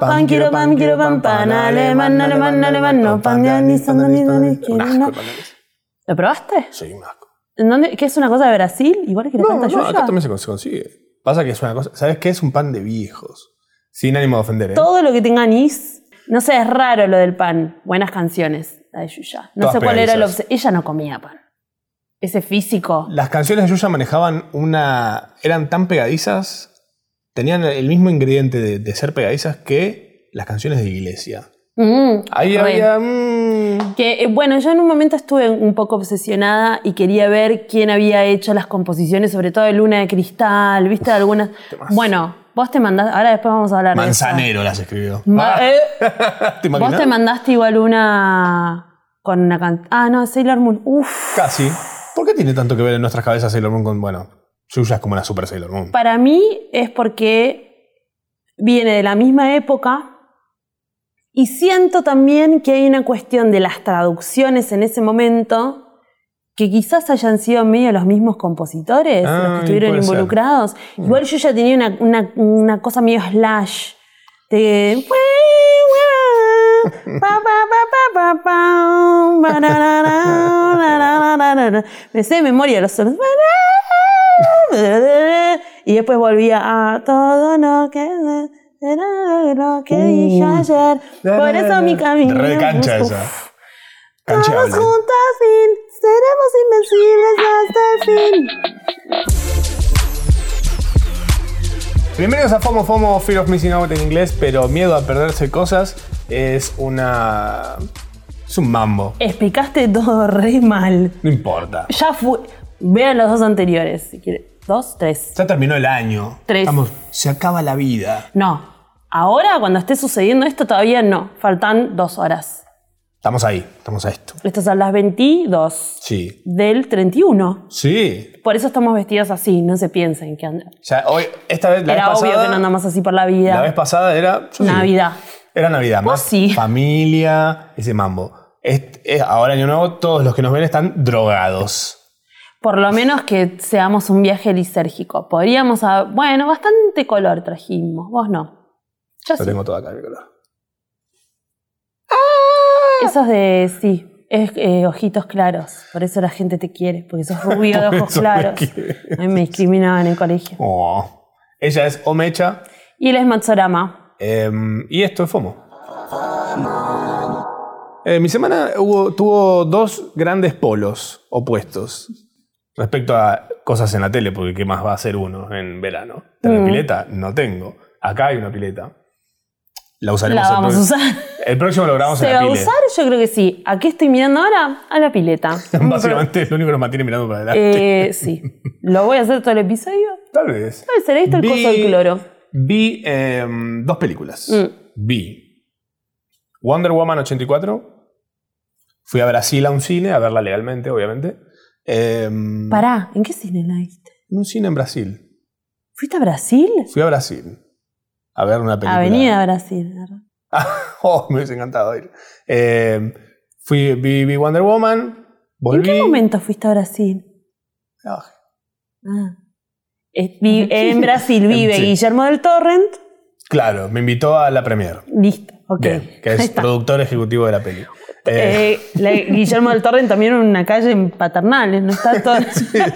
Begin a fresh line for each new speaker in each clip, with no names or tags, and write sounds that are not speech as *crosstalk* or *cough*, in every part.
pan, quiero pan, quiero pan, pan alemán, alemán, alemán, no pan de anís, anís, anís,
Un
quiero no.
asco, el pan de anís.
¿Lo probaste?
Sí, un asco.
¿En dónde? ¿Qué es una cosa de Brasil? Igual que la
No,
tarta
no,
yuya.
acá también se con- se consigue. Pasa que es una cosa. ¿Sabes qué? Es un pan de viejos. Sin ánimo de ofender, ¿eh?
Todo lo que tenga anís. No sé, es raro lo del pan. Buenas canciones, la de Yuya. No
Todas
sé cuál era el obse-
pegadizas.
Ella no comía pan. Ese físico.
Las canciones de Yuya manejaban una. eran tan pegadizas, tenían el mismo ingrediente de, de ser pegadizas que las canciones de iglesia.
Mm,
Ahí
re.
había. mm,
Que eh, bueno, yo en un momento estuve un poco obsesionada y quería ver quién había hecho las composiciones, sobre todo de Luna de Cristal, ¿viste? algunas.
temazo.
Bueno, vos te mandás. Ahora después vamos a hablar de eso.
Manzanero las escribió.
Ma-
Ah,
eh,
*laughs* ¿Te
vos
imaginas?
te mandaste igual una. con una can... Ah, no, Sailor Moon. Uf.
Casi. ¿Por qué tiene tanto que ver en nuestras cabezas Sailor Moon con. Bueno, Yuya es como una super Sailor Moon.
Para mí es porque viene de la misma época y siento también que hay una cuestión de las traducciones en ese momento que quizás hayan sido medio los mismos compositores los
Ah,
que estuvieron
puede ser. Mm.
involucrados. Igual yo ya tenía una, una- una cosa medio slash de... Pa, pa, pa, pa, pa, pa, um, ba, na, na, na, na, na, na, na. Me sé de memoria los solos. Y después volvía a todo lo que era lo que dije
Uh.
ayer. Por eso mi camino.
Re cancha
Uf.
esa.
Vamos
Cancheable.
juntas, fin. Seremos invencibles hasta el fin.
Bienvenidos a FOMO FOMO, Fear of Missing Out en inglés, pero miedo a perderse cosas es una. es un mambo.
Explicaste todo re mal.
No importa.
Ya fue. Vean los dos anteriores, si quieren. Dos, tres.
Ya terminó el año.
Tres.
Estamos, se acaba la vida.
No. Ahora, cuando esté sucediendo esto, todavía no. Faltan dos horas.
Estamos ahí, estamos a esto.
Estas son las 22
Sí.
del 31.
Sí.
Por eso estamos vestidos así, no se piensen que andan.
Ya hoy, esta vez, la
Era
vez
obvio
pasada.
que no andamos así por la
La
vida.
vez pasada era. yo sí.
Navidad.
Era Navidad, más
sí. *laughs*
familia, ese mambo. Est- es- ahora, año nuevo, todos los que nos ven están drogados.
Por lo menos que seamos un viaje lisérgico. Podríamos a- Bueno, bastante color trajimos. Vos no. Yo
Lo
Ah, sí.
tengo todo acá, mi color.
Eso es de. sí. Es eh, ojitos claros. Por eso la gente te quiere, porque sos rubio de
*laughs* Por
ojos
eso me
claros.
quiere.
A mí me discriminaban en el colegio.
Oh. Ella es Omecha
Y él es Matsorama.
em, y esto es FOMO. Eh, mi semana hubo, tuvo dos grandes polos opuestos respecto a cosas en la tele, porque ¿qué más va a hacer uno en verano? ¿Tener
Mm.
pileta? No tengo. Acá hay una pileta. La usaremos
La
el
vamos a
pro-
usar.
El próximo lo grabamos
¿Se
en
va
la
a
pile.
usar? Yo creo que sí. ¿A qué estoy mirando ahora? A la
*laughs*
pileta. *laughs*
Básicamente es lo único que nos mantiene mirando para adelante.
Eh, sí. ¿Lo voy a hacer todo el episodio?
Tal vez.
Tal vez será esto el
Vi-
coso del cloro.
Vi em, dos películas.
Mm.
Vi Wonder Woman 84. Fui a Brasil a un cine, a verla legalmente, obviamente. Em,
Pará, ¿en qué cine la viste?
En un cine en Brasil.
¿Fuiste a Brasil?
Fui a Brasil a ver una película.
Avenida Brasil. arre.
*laughs* Oh, me hubiese encantado ir. Em, fui, vi, vi Wonder Woman.
¿En
Volví.
qué momento fuiste a Brasil?
Ah,
Ah. Es-
*laughs*
vi- en Brasil vive
Sí.
Guillermo del Torrent.
Claro, me invitó a la premier.
Listo, ok.
Bien,
*laughs*
que
Ahí
es
está.
productor ejecutivo de la peli. Eh,
Eh, la- Guillermo del Torrent también en una calle en Paternales, no está todo.
*laughs* sí, Eh,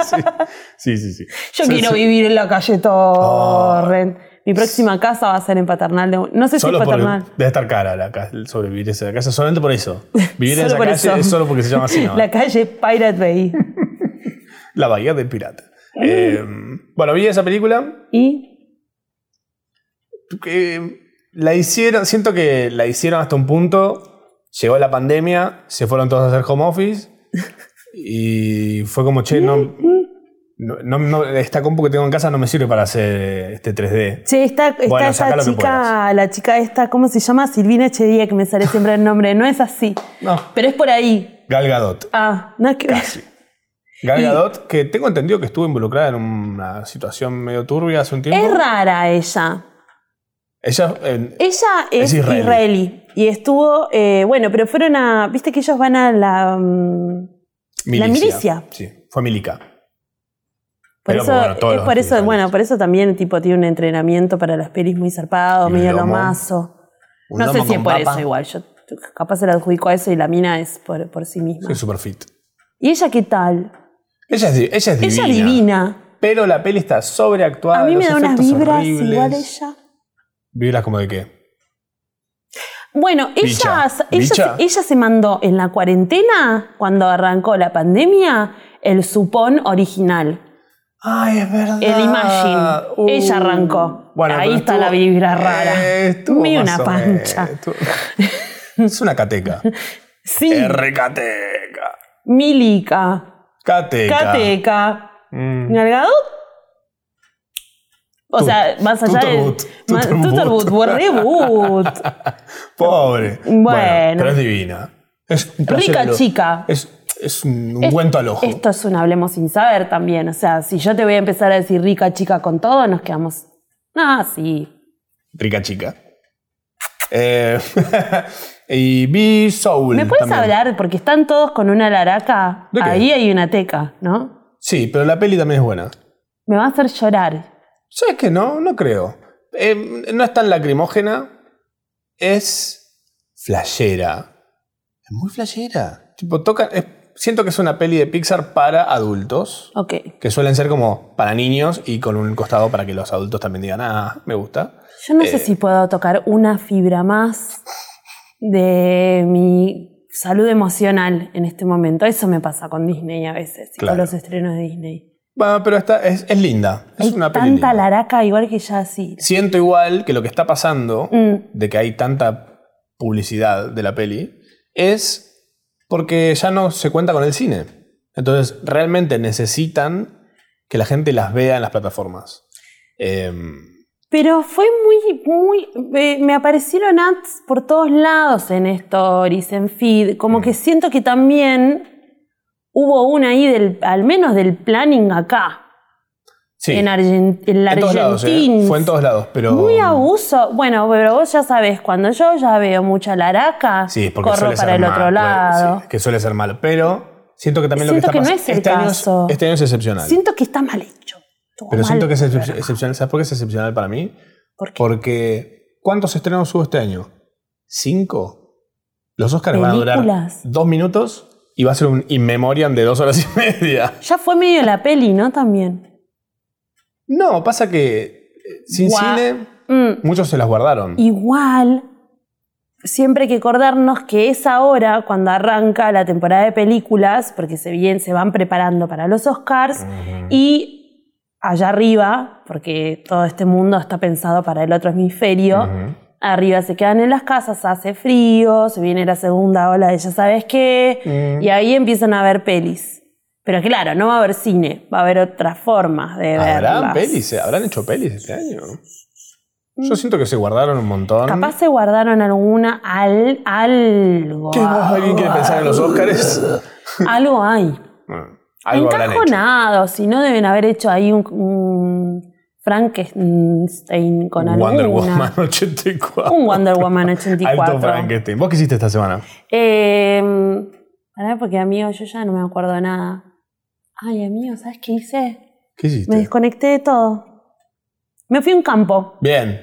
sí, sí, sí.
Yo
Sí,
quiero
sí. Ah.
vivir en la calle Torrent. Mi próxima casa va a ser en Paternal. de- No sé si es
*laughs* Solo por
Paternal.
debe estar cara la casa, sobrevivir en esa casa, solamente por eso. Vivir
*laughs* Solo
en esa
por
calle
eso.
es solo porque se llama así, ¿no?
*laughs* La
La,
calle Pirate Bay.
bahía del pirata. Eh, bueno, vi esa película
Y
que la hicieron, siento que la hicieron hasta un punto, llegó la pandemia, se fueron todos a hacer home office y fue como, che, no, no- no- no- esta compu que tengo en casa no me sirve para hacer este 3D.
che, está, está
Bueno, saca
esa
lo que
chica, la chica esta, ¿cómo se llama? Silvina Echedia, que me sale siempre el nombre. No es así.
No,
Pero es por ahí.
Gal Gadot.
Ah, no es que.
Gal
Y-
Gadot, que tengo entendido que estuvo involucrada en una situación medio turbia hace un tiempo.
Es Eh, rara ella.
Ella, en-
Ella es,
Es israelí.
israelí. y estuvo, eh, bueno, pero fueron a, viste que ellos van a la... mm,
milicia.
milicia.
Sí, fue milica.
por
Pero,
eso,
bueno, todos
es
los
por eso
israelíes.
bueno, por eso también tipo tiene un entrenamiento para las pelis muy zarpado,
Y un
medio
lomo.
lomazo.
Un
no sé
lomo
si es
con
por
papa.
eso igual. Yo capaz se la adjudico a eso y la mina es por, por sí misma.
Sí, super fit.
¿Y ella qué tal?
Ella es, di- ella es divina.
Ella divina.
Pero la peli está sobreactuada.
A mí me
los
da unas
efectos
vibras
horribles.
igual ella.
¿Vibras como de qué?
Bueno,
Bicha.
ella, ella,
Bicha.
se- ella se mandó en la cuarentena, cuando arrancó la pandemia, el supón original.
Ay, es verdad.
El Imagine. Ella arrancó. Ahí
pero
está la vibra rara.
Eh, estuvo
Medio
más
una
o menos.
pancha.
Estuvo- es una cateca.
*laughs* Sí,
R cateca.
Milica,
Cateca.
Cateca,
Mm.
Galgadot. O
Tut-
sea, más allá de.
Tutorbut,
ma-
Tutorbut.
Tutorbut, Borrebut.
*laughs* Pobre.
Bueno.
Pero es divina. Es un
Rica
playero.
chica.
Es, es un
Es-
cuento al ojo.
Esto es un hablemos sin saber también. O sea, si yo te voy a empezar a decir rica chica con todo, nos quedamos. Ah, sí.
Rica chica. Eh, *laughs* y vi Soul.
¿Me puedes
también.
hablar? Porque están todos con una laraca.
¿De qué?
Ahí hay una teca, ¿no?
Sí, pero la peli también es buena.
Me va a hacer llorar.
¿Sabes que no? No creo. Eh, no es tan lacrimógena. Es flashera. Es muy flashera. Tipo, toca. es- siento que es una peli de Pixar para adultos.
Ok.
Que suelen ser como para niños y con un costado para que los adultos también digan, ah, me gusta.
Pues Yo no
Eh.
sé si puedo tocar una fibra más de mi salud emocional en este momento. Eso me pasa con Disney a veces, y
Claro.
con los estrenos de Disney.
Bueno, pero esta es, es linda. Es
hay
una peli.
tanta
linda.
laraca igual que ya así.
Siento igual que lo que está pasando,
Mm.
de que hay tanta publicidad de la peli, es porque ya no se cuenta con el cine. Entonces, realmente necesitan que la gente las vea en las plataformas. Em,
Pero fue muy, muy. eh, me aparecieron ads por todos lados en stories, en feed.
Mm.
Como que siento que también hubo una ahí, del, al menos del planning acá,
sí,
en, Argen- en la
en todos lados, eh.
Argentina.
Fue en todos lados, pero.
Muy abuso. Bueno, pero vos ya sabés, cuando yo ya veo mucha laraca,
Sí, porque
corro
suele ser
para el
mal,
otro
puede-
lado.
sí, que suele ser malo. Pero siento que también
Siento
lo que
que
está
no
pasando.
es el
este, año es-
caso.
este año es excepcional.
Siento que está mal hecho. Estuvo
pero
mal
siento que es excep-
programado.
excepcional. ¿Sabes por qué es excepcional para mí?
¿Por qué?
Porque ¿cuántos estrenos hubo este año? ¿Cinco? Los Oscars van a durar
Películas.
dos minutos y va a ser un in memoriam de dos horas y media.
Ya fue medio la peli, ¿no? También.
No, pasa que eh, sin
Gua-
cine
Mm.
muchos se las guardaron.
Igual, siempre hay que acordarnos que es ahora cuando arranca la temporada de películas, porque se, bien, se van preparando para los Oscars, y allá arriba, porque todo este mundo está pensado para el otro hemisferio,
Ujú.
arriba se quedan en las casas, hace frío, se viene la segunda ola de ya sabes qué,
Mm.
y ahí empiezan a ver pelis. Pero claro, no va a haber cine, va a haber otras formas de
¿Habrán
verlas.
pelis? ¿Habrán hecho pelis este año? Yo siento que se guardaron un montón.
Mm. Capaz se guardaron alguna al, algo.
¿Qué más alguien quiere pensar en
*laughs*
los Oscars?
Algo hay.
Bueno, algo habrán hecho.
Encajonado, si no deben haber hecho ahí un, un Frankenstein con alguna.
Wonder Woman 84.
Un Wonder Woman
*laughs* Alto
84.
Frankenstein. ¿Vos qué hiciste esta semana?
Eh, pará, porque amigo, yo ya no me acuerdo de nada. Ay, amigo, ¿sabes qué hice?
¿Qué hiciste?
Me desconecté de todo. Me fui a un campo.
Bien.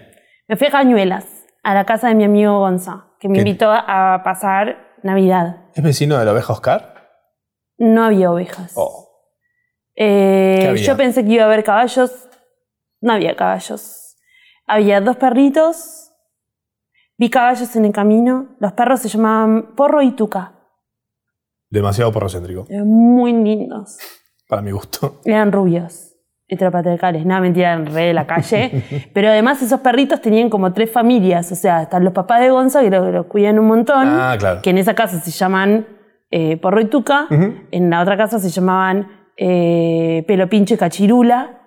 Me fui a Cañuelas, a la casa de mi amigo Gonza, que me
¿Qué?
invitó a pasar Navidad.
¿Es vecino de la oveja Oscar?
No había ovejas.
Oh.
Eh,
¿Qué había?
Yo pensé que iba a haber caballos. No había caballos. Había dos perritos. Vi caballos en el camino. Los perros se llamaban Porro y Tuca.
Demasiado porrocéntrico,
Eran muy lindos.
para mi gusto.
Eran rubios. Heteropatriarcales. Nada, mentira, eran re de la
*laughs*
calle. Pero además esos perritos tenían como tres familias. O sea, están los papás de Gonza que los, los cuidan un montón.
Ah, claro.
Que en esa casa se llaman eh, Porro y Tuca.
Ujú.
En la otra casa se llamaban eh, Pelo Pinche Cachirula.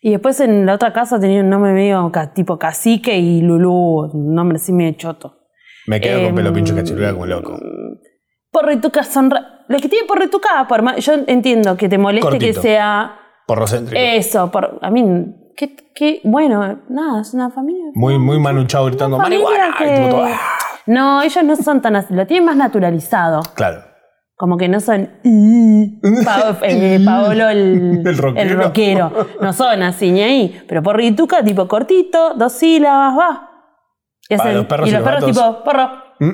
Y después en la otra casa tenía un nombre medio ca- tipo Cacique y Lulú, un nombre así medio choto.
Me quedo con
Em,
pelo pincho cachirula como loco.
Porrituca son... ra- Los que tienen porrituca, por más- yo entiendo que te moleste
Cortito.
que sea
Porrocéntrico.
eso. Por, a mí, qué, qué- bueno, nada, es una familia.
muy, muy Manu Chao gritando
una familia
marihuana. y tipo todo,
que-
"Ah".
No, ellos no son tan así, lo tienen más naturalizado.
Claro.
Como que no son
*laughs*
Pa- eh, Paolo el,
El rockero.
el rockero. No son así ni ahí. Pero por Rituca, tipo cortito, dos sílabas, va. Y,
Para
hacen-
los perros y los gatos.
tipo, porro,
Mm.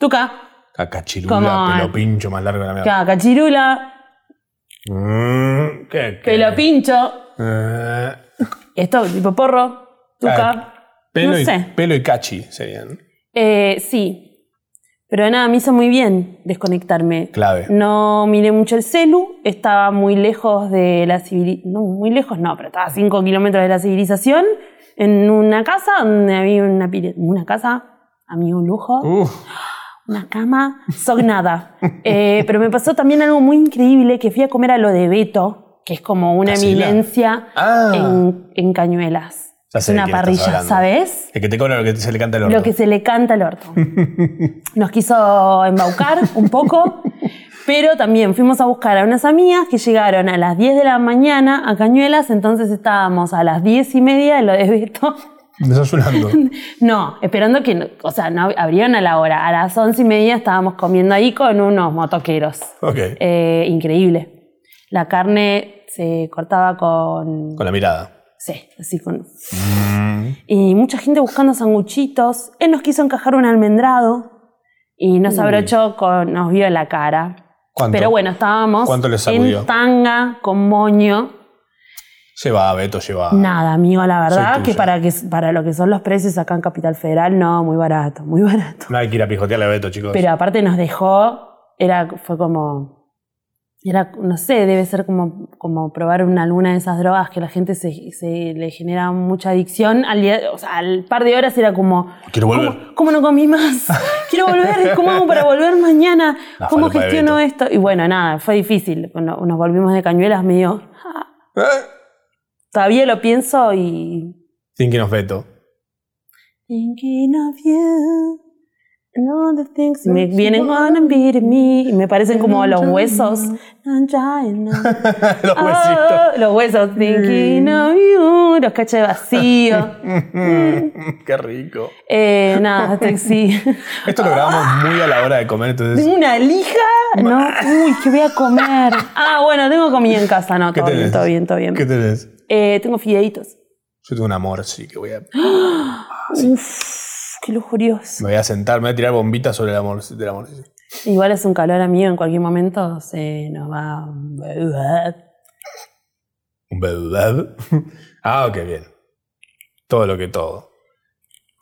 tuca,
Cacachirula,
Como-
pelo pincho más largo de la mierda.
ca- cachirula,
Mm, ¿qué- qué?
pelo pincho.
Eh,
Esto, tipo, porro, tuca.
Claro. pelo,
No
y,
sé.
pelo y cachi serían.
Eh, sí. Pero nada, me hizo muy bien desconectarme.
Clave.
No miré mucho el celu, estaba muy lejos de la civilización. No, muy lejos no, pero estaba a 5 kilómetros de la civilización, en una casa donde había una, pire- una casa, amigo lujo,
Uf,
una cama, sognada. Eh, pero me pasó también algo muy increíble, que fui a comer a lo de Beto, que es como una
Casila.
eminencia
Ah.
en, en Cañuelas.
Ya
es
sé de
una
quién estás
parrilla,
hablando.
¿sabes?
el que te cobra lo que se le canta el orto.
Lo que se le canta al
*laughs*
orto. Nos quiso embaucar un poco, pero también fuimos a buscar a unas amigas que llegaron a las 10 de la mañana a Cañuelas, entonces estábamos a las 10 y media en lo de Beto. *laughs*
Desayunando.
No, esperando que, no- o sea, no abrieron a la hora. A las 11 y media estábamos comiendo ahí con unos motoqueros.
ok.
Eh, increíble. La carne se cortaba con...
Con la mirada.
Sí, así con...
Mm.
Y mucha gente buscando sanguchitos. Él nos quiso encajar un almendrado y nos abrochó con. nos vio la cara.
¿Cuánto?
Pero bueno, estábamos
¿Cuánto le sacudió?
en tanga, con moño.
Lleva, Beto, lleva.
Nada, amigo, la verdad
tuya.
que para, que para lo que son los precios acá en Capital Federal, no, muy barato, muy *laughs* barato.
No hay que ir a pijotearle a Beto, chicos.
Pero aparte nos dejó, era, fue como. Era, no sé, debe ser como, como probar una alguna de esas drogas que la gente se, se le genera mucha adicción. Al día- o sea, al par de horas era como,
Quiero volver.
¿Cómo, cómo no comí
*laughs*
más? Quiero volver. ¿Cómo hago para volver mañana?
La
¿Cómo
falopa de
gestiono
Beto.
esto? Y bueno, nada, fue difícil. Bueno, nos volvimos de cañuelas medio. ah,
¿Eh?
Todavía lo pienso y.
Thinking of Beto. *laughs*
Thinking of you. and all the things me vienen on and beat me. Y me parecen como los huesos. *laughs* I'm trying now.
*laughs* Los huesitos. Eh.
Oh, los huesos. Thinking of you. Los cachés vacíos.
*laughs* Mm, *laughs* Qué rico.
Eh, nada, sí.
Esto lo grabamos muy a la hora de comer, entonces.
¿Tengo una lija? No. Uy, ¿qué voy a comer? *laughs* Ah, bueno, tengo comida en casa. No,
¿Qué
todo bien,
tenés?
todo bien, todo bien.
¿Qué tenés?
Eh, tengo fideitos.
Yo tengo un amor, sí, que voy a.
Uf, qué lujurioso.
Me voy a sentar, me voy a tirar bombitas sobre el amor. Del amor sí, sí.
Igual es un calor, amigo. En cualquier momento se nos ¿eh? va...
Un bebé. *laughs* Ah, ok, bien. Todo lo que todo.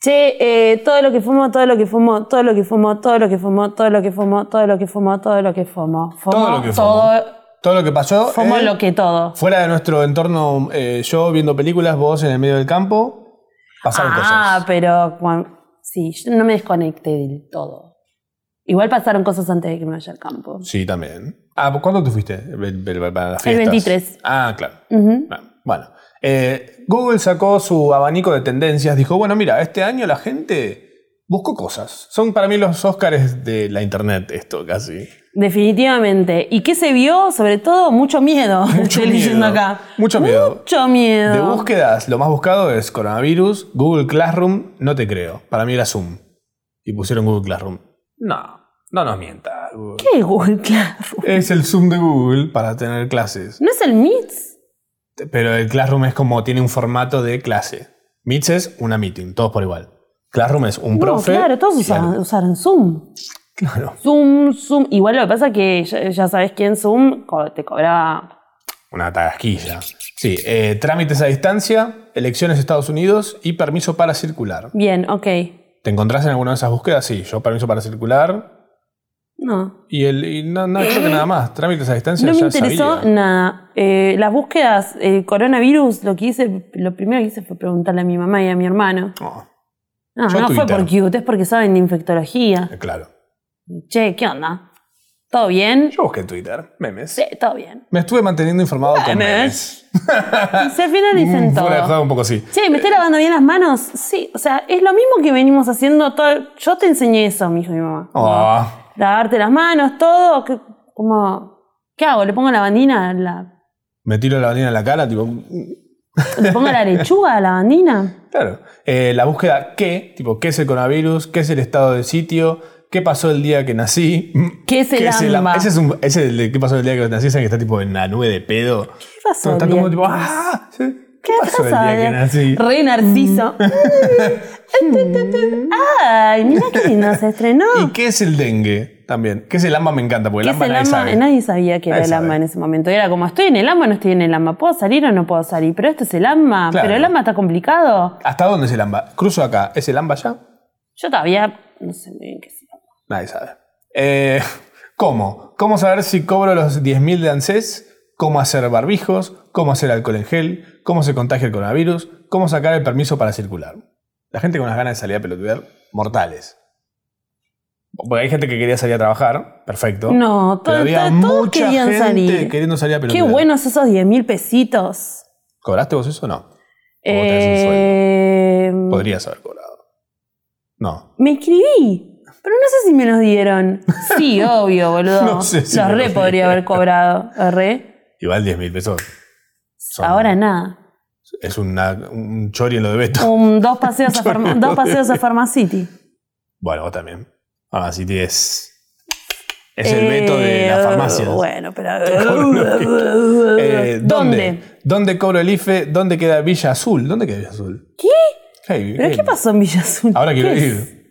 Che, eh, todo lo que fumo, todo lo que fumo, todo lo que fumo, todo lo que fumo, todo lo que fumo, todo lo que fumo, todo lo que fumo. Fumo
Todo lo que fumo.
todo-
Todo lo que pasó.
fumo
eh,
lo que todo.
Fuera de nuestro entorno, eh, yo viendo películas, vos en el medio del campo, pasaron
ah,
cosas.
pero cuan- sí, yo no me desconecté del todo. Igual pasaron cosas antes de que me vaya al campo.
Sí, también. Ah, ¿cuándo te fuiste? El- el- el- Para las
El
fiestas.
23.
Ah, claro.
Ujú.
Ah, Bueno, Eh, Google sacó su abanico de tendencias. Dijo, bueno, mira, este año la gente buscó cosas. Son para mí los Óscares de la internet,
*laughs*
esto casi.
Definitivamente. ¿Y qué se vio? Sobre todo, mucho miedo. Estoy
miedo.
leyendo acá.
Mucho miedo.
Mucho miedo.
De búsquedas, lo más buscado es coronavirus, Google Classroom, no te creo. Para mí era Zoom. Y pusieron Google Classroom. No, no nos mientas. Google.
¿Qué es Google Classroom?
Es el Zoom de Google para tener clases.
¿No es el Meets?
Pero el Classroom es como tiene un formato de clase. Meets es una meeting, todos por igual. Classroom es un
No,
profe.
claro, todos
y
usaron,
algo.
usaron Zoom.
Claro,
Zoom, Zoom. Igual lo que pasa es que ya, ya sabes quién Zoom co- te cobraba.
una tagasquilla. Sí, eh, trámites a distancia, elecciones de Estados Unidos y permiso para circular.
Bien, ok.
¿Te encontrás en alguna de esas búsquedas? Sí, yo permiso para circular,
No.
Y, el, y no, no, creo que nada más. Trámites a distancia
No me
ya
interesó
sabía.
nada. Eh, las búsquedas, el coronavirus, lo que hice, lo primero que hice fue preguntarle a mi mamá y a mi hermano.
No,
No,
Yo
no fue
Twitter.
por cute, es porque saben de infectología.
eh, claro.
Che, ¿qué onda? ¿Todo bien?
Yo busqué Twitter, memes.
Sí, todo bien.
Me estuve manteniendo informado con memes.
Si al
*laughs*
final dicen
Mm, fuera de
todo.
juego un poco sí.
Che, ¿me estoy lavando bien las manos? Sí, o sea, es lo mismo que venimos haciendo todo. Yo te enseñé eso, mi hijo y mi mamá.
Oh,
Lavarte las manos, todo. ¿Qué, como, ¿qué hago? ¿Le pongo la bandina? La,
me tiro la bandina en la cara, tipo. mm,
¿Le pongo la lechuga a la bandina?
Claro. Eh, la búsqueda qué, tipo, qué es el coronavirus, qué es el estado de sitio, qué pasó el día que nací. mm,
¿Qué es el AMBA?
ese es un, ese es el de qué pasó el día que nací, ese que está tipo en la nube de pedo.
¿Qué pasó?
Está
Díaz?
como tipo, ¡ah! Sí.
¿Qué eh?
pasó el día que nací?
Rey
*laughs*
Narciso. Mm. Ay, mira qué lindo se estrenó.
¿Y qué es el dengue también? ¿Qué es el AMBA? Me encanta, porque el
¿Qué es
AMBA
el
nadie
AMBA?
sabe.
Nadie sabía que era
Nadie
el AMBA
sabe.
en ese momento. Era como, estoy en el AMBA, no estoy en el AMBA. ¿Puedo salir o no puedo salir? Pero esto es el AMBA.
Claro.
Pero el AMBA está complicado.
¿Hasta dónde es el AMBA? Cruzo acá. ¿Es el AMBA ya?
Yo todavía no sé muy bien qué es.
Nadie sabe. Eh, *laughs* ¿Cómo? ¿Cómo saber si cobro los 10.000 de ANSES? ¿Cómo hacer barbijos? ¿Cómo hacer alcohol en gel? ¿Cómo se contagia el coronavirus? ¿Cómo sacar el permiso para circular? La gente con las ganas de salir a pelotudear, mortales. Porque hay gente que quería salir a trabajar, perfecto.
No,
Pero
todo-
había
todo- todos
mucha
querían
gente
salir.
queriendo salir a
Qué
pelotudear.
buenos esos 10 mil pesitos.
¿Cobraste vos eso o no? tenés un
Eh,
Podrías haber cobrado. No.
me inscribí, pero no sé si me los
*laughs*
dieron. Sí, obvio, boludo.
No sé si
los
me
re
los
podría
dieron.
haber cobrado. Re.
Igual 10.000 pesos. Son-
Ahora
*laughs*
nada.
Es una- un chori en lo de Beto.
Un- dos paseos a, Farma- dos paseos a Farmacity.
Bueno, vos también. Ahora sí es. Es el veto de
Eh,
las farmacias.
Bueno,
*laughs*
pero.
cobro lo que Eh,
¿Dónde?
¿dónde? ¿Dónde cobro el IFE? ¿Dónde queda Villa Azul? ¿Dónde queda Villa Azul? ¿Qué?
¿Pero qué pasó en Villa Azul?
Ahora quiero
¿Qué es?
ir.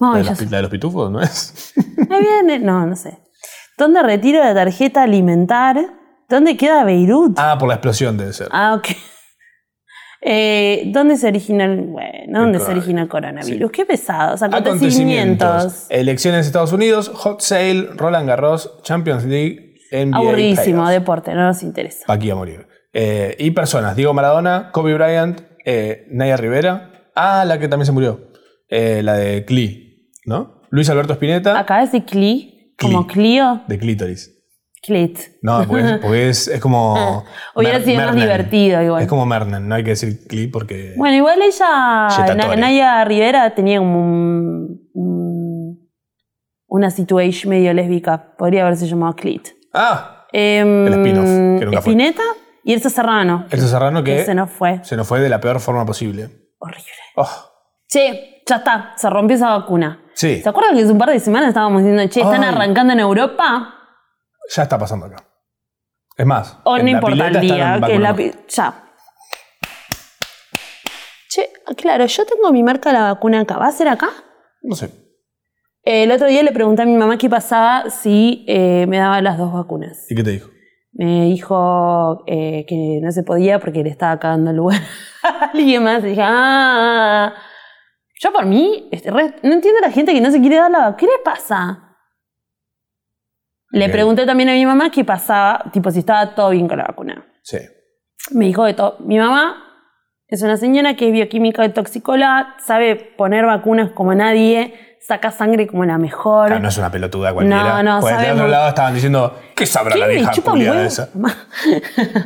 No,
La de,
Villa
los,
Azul.
pi- la de los pitufos, ¿no es?
Ahí viene. No, no sé. ¿Dónde retiro la tarjeta alimentar? ¿Dónde queda Beirut?
Ah, por la explosión debe ser.
Ah, ok. Eh, ¿Dónde se originó el, bueno, ¿dónde se
coronavirus.
originó el coronavirus? Qué pesados.
Acontecimientos.
Acontecimientos.
Elecciones en Estados Unidos, Hot Sale, Roland Garros, Champions League, NBA.
Aburridísimo,
playoffs.
deporte, no nos interesa.
Pa' aquí a morir. Eh, y personas, Diego Maradona, Kobe Bryant, eh, Naya Rivera. Ah, la que también se murió. Eh, la de Cli, ¿no? Luis Alberto Spinetta,
Acá es de Cli, como Clio,
de Clítoris.
Clit.
No, porque
*laughs*
es, porque es, es como...
Hubiera
Mer-
sido más
Mernen.
divertido igual.
Es como Mernen, no hay que decir Cli porque...
Bueno, igual ella,
Getatori.
Na- Naya Rivera tenía como un- un- una situation medio lésbica. Podría haberse llamado Clit.
Ah,
Em,
spin-off, que nunca fue.
Spinetta y Elsa Serrano.
Elsa Serrano que
Ese no fue.
se nos fue de la peor forma posible.
Horrible.
Oh,
Che, ya está, se rompió esa vacuna.
sí,
¿Se acuerdan que hace un par de semanas estábamos diciendo, che, están
Ay.
arrancando en Europa?
ya está pasando acá. Es más,
O
en
no
la
importa el
pileta están
día, que la
vacunando.
pi- ya. Che, ah, claro, yo tengo mi marca de la vacuna acá. ¿Va a ser acá?
No sé.
El otro día le pregunté a mi mamá qué pasaba si eh, me daba las dos vacunas.
¿Y qué te dijo?
Me dijo eh, que no se podía porque le estaba cagando el lugar *laughs* a alguien más. Y dije, ah. Yo por mí, este, re- no entiendo a la gente que no se quiere dar la vacuna. ¿Qué le pasa? Le
Ok.
pregunté también a mi mamá qué pasaba, tipo si estaba todo bien con la vacuna.
Sí.
Me dijo de todo. Mi mamá es una señora que es bioquímica y toxicóloga, sabe poner vacunas como nadie, saca sangre como la mejor.
Claro, Ah, no es una pelotuda
No,
cualquiera.
no,
Porque del
sabemos.
otro lado estaban diciendo, ¿qué sabrá la
¿Quién me
vieja
chupa un
culiada
huevo? *laughs*
esa?
Mamá.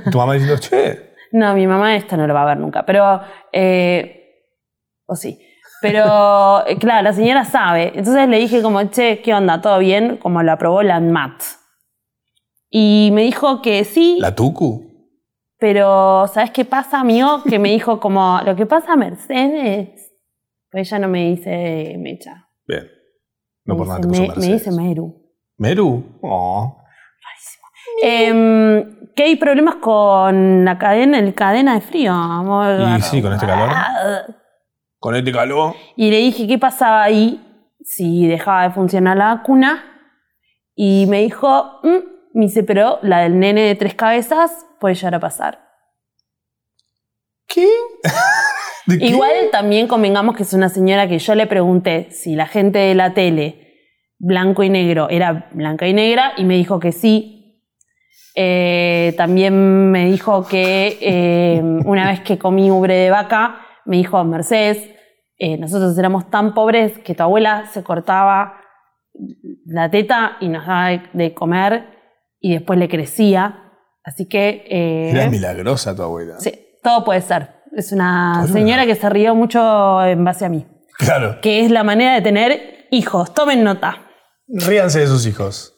Y tu mamá diciendo, che,
No, mi mamá esto no lo va a ver nunca, pero... eh, o sí.
*laughs*
Pero, eh, claro, la señora sabe. Entonces le dije como, che, ¿qué onda? ¿Todo bien? Como lo aprobó la ANMAT. Y me dijo que sí,
¿la tucu?
pero ¿sabes qué pasa, amigo? Que me dijo como, lo que pasa, Mercedes... Pues ella no me dice Mecha.
Bien. No
me
por nada te
dice
puso
Me- me
Mercedes.
dice Meru.
Meru. Oh.
Em, que hay problemas con la cadena, el cadena de frío. amor.
Y sí, con este calor.
Ah.
Con este calor.
Y le dije qué pasaba ahí si dejaba de funcionar la vacuna. Y me dijo, "Mm", me dice, pero la del nene de tres cabezas puede llegar a pasar.
¿Qué? *laughs* ¿De qué?
Igual también convengamos que es una señora que yo le pregunté si la gente de la tele, blanco y negro, era blanca y negra, y me dijo que sí. Eh, también me dijo que eh, una vez que comí ubre de vaca, me dijo, Mercedes, eh, nosotros éramos tan pobres que tu abuela se cortaba la teta y nos daba de, de comer y después le crecía. Así que... eh,
Era milagrosa tu abuela.
Sí, todo puede ser. Es una
Todo es
señora que se rió mucho en base a mí.
Claro.
Que es la manera de tener hijos. Tomen nota.
Ríanse de sus hijos.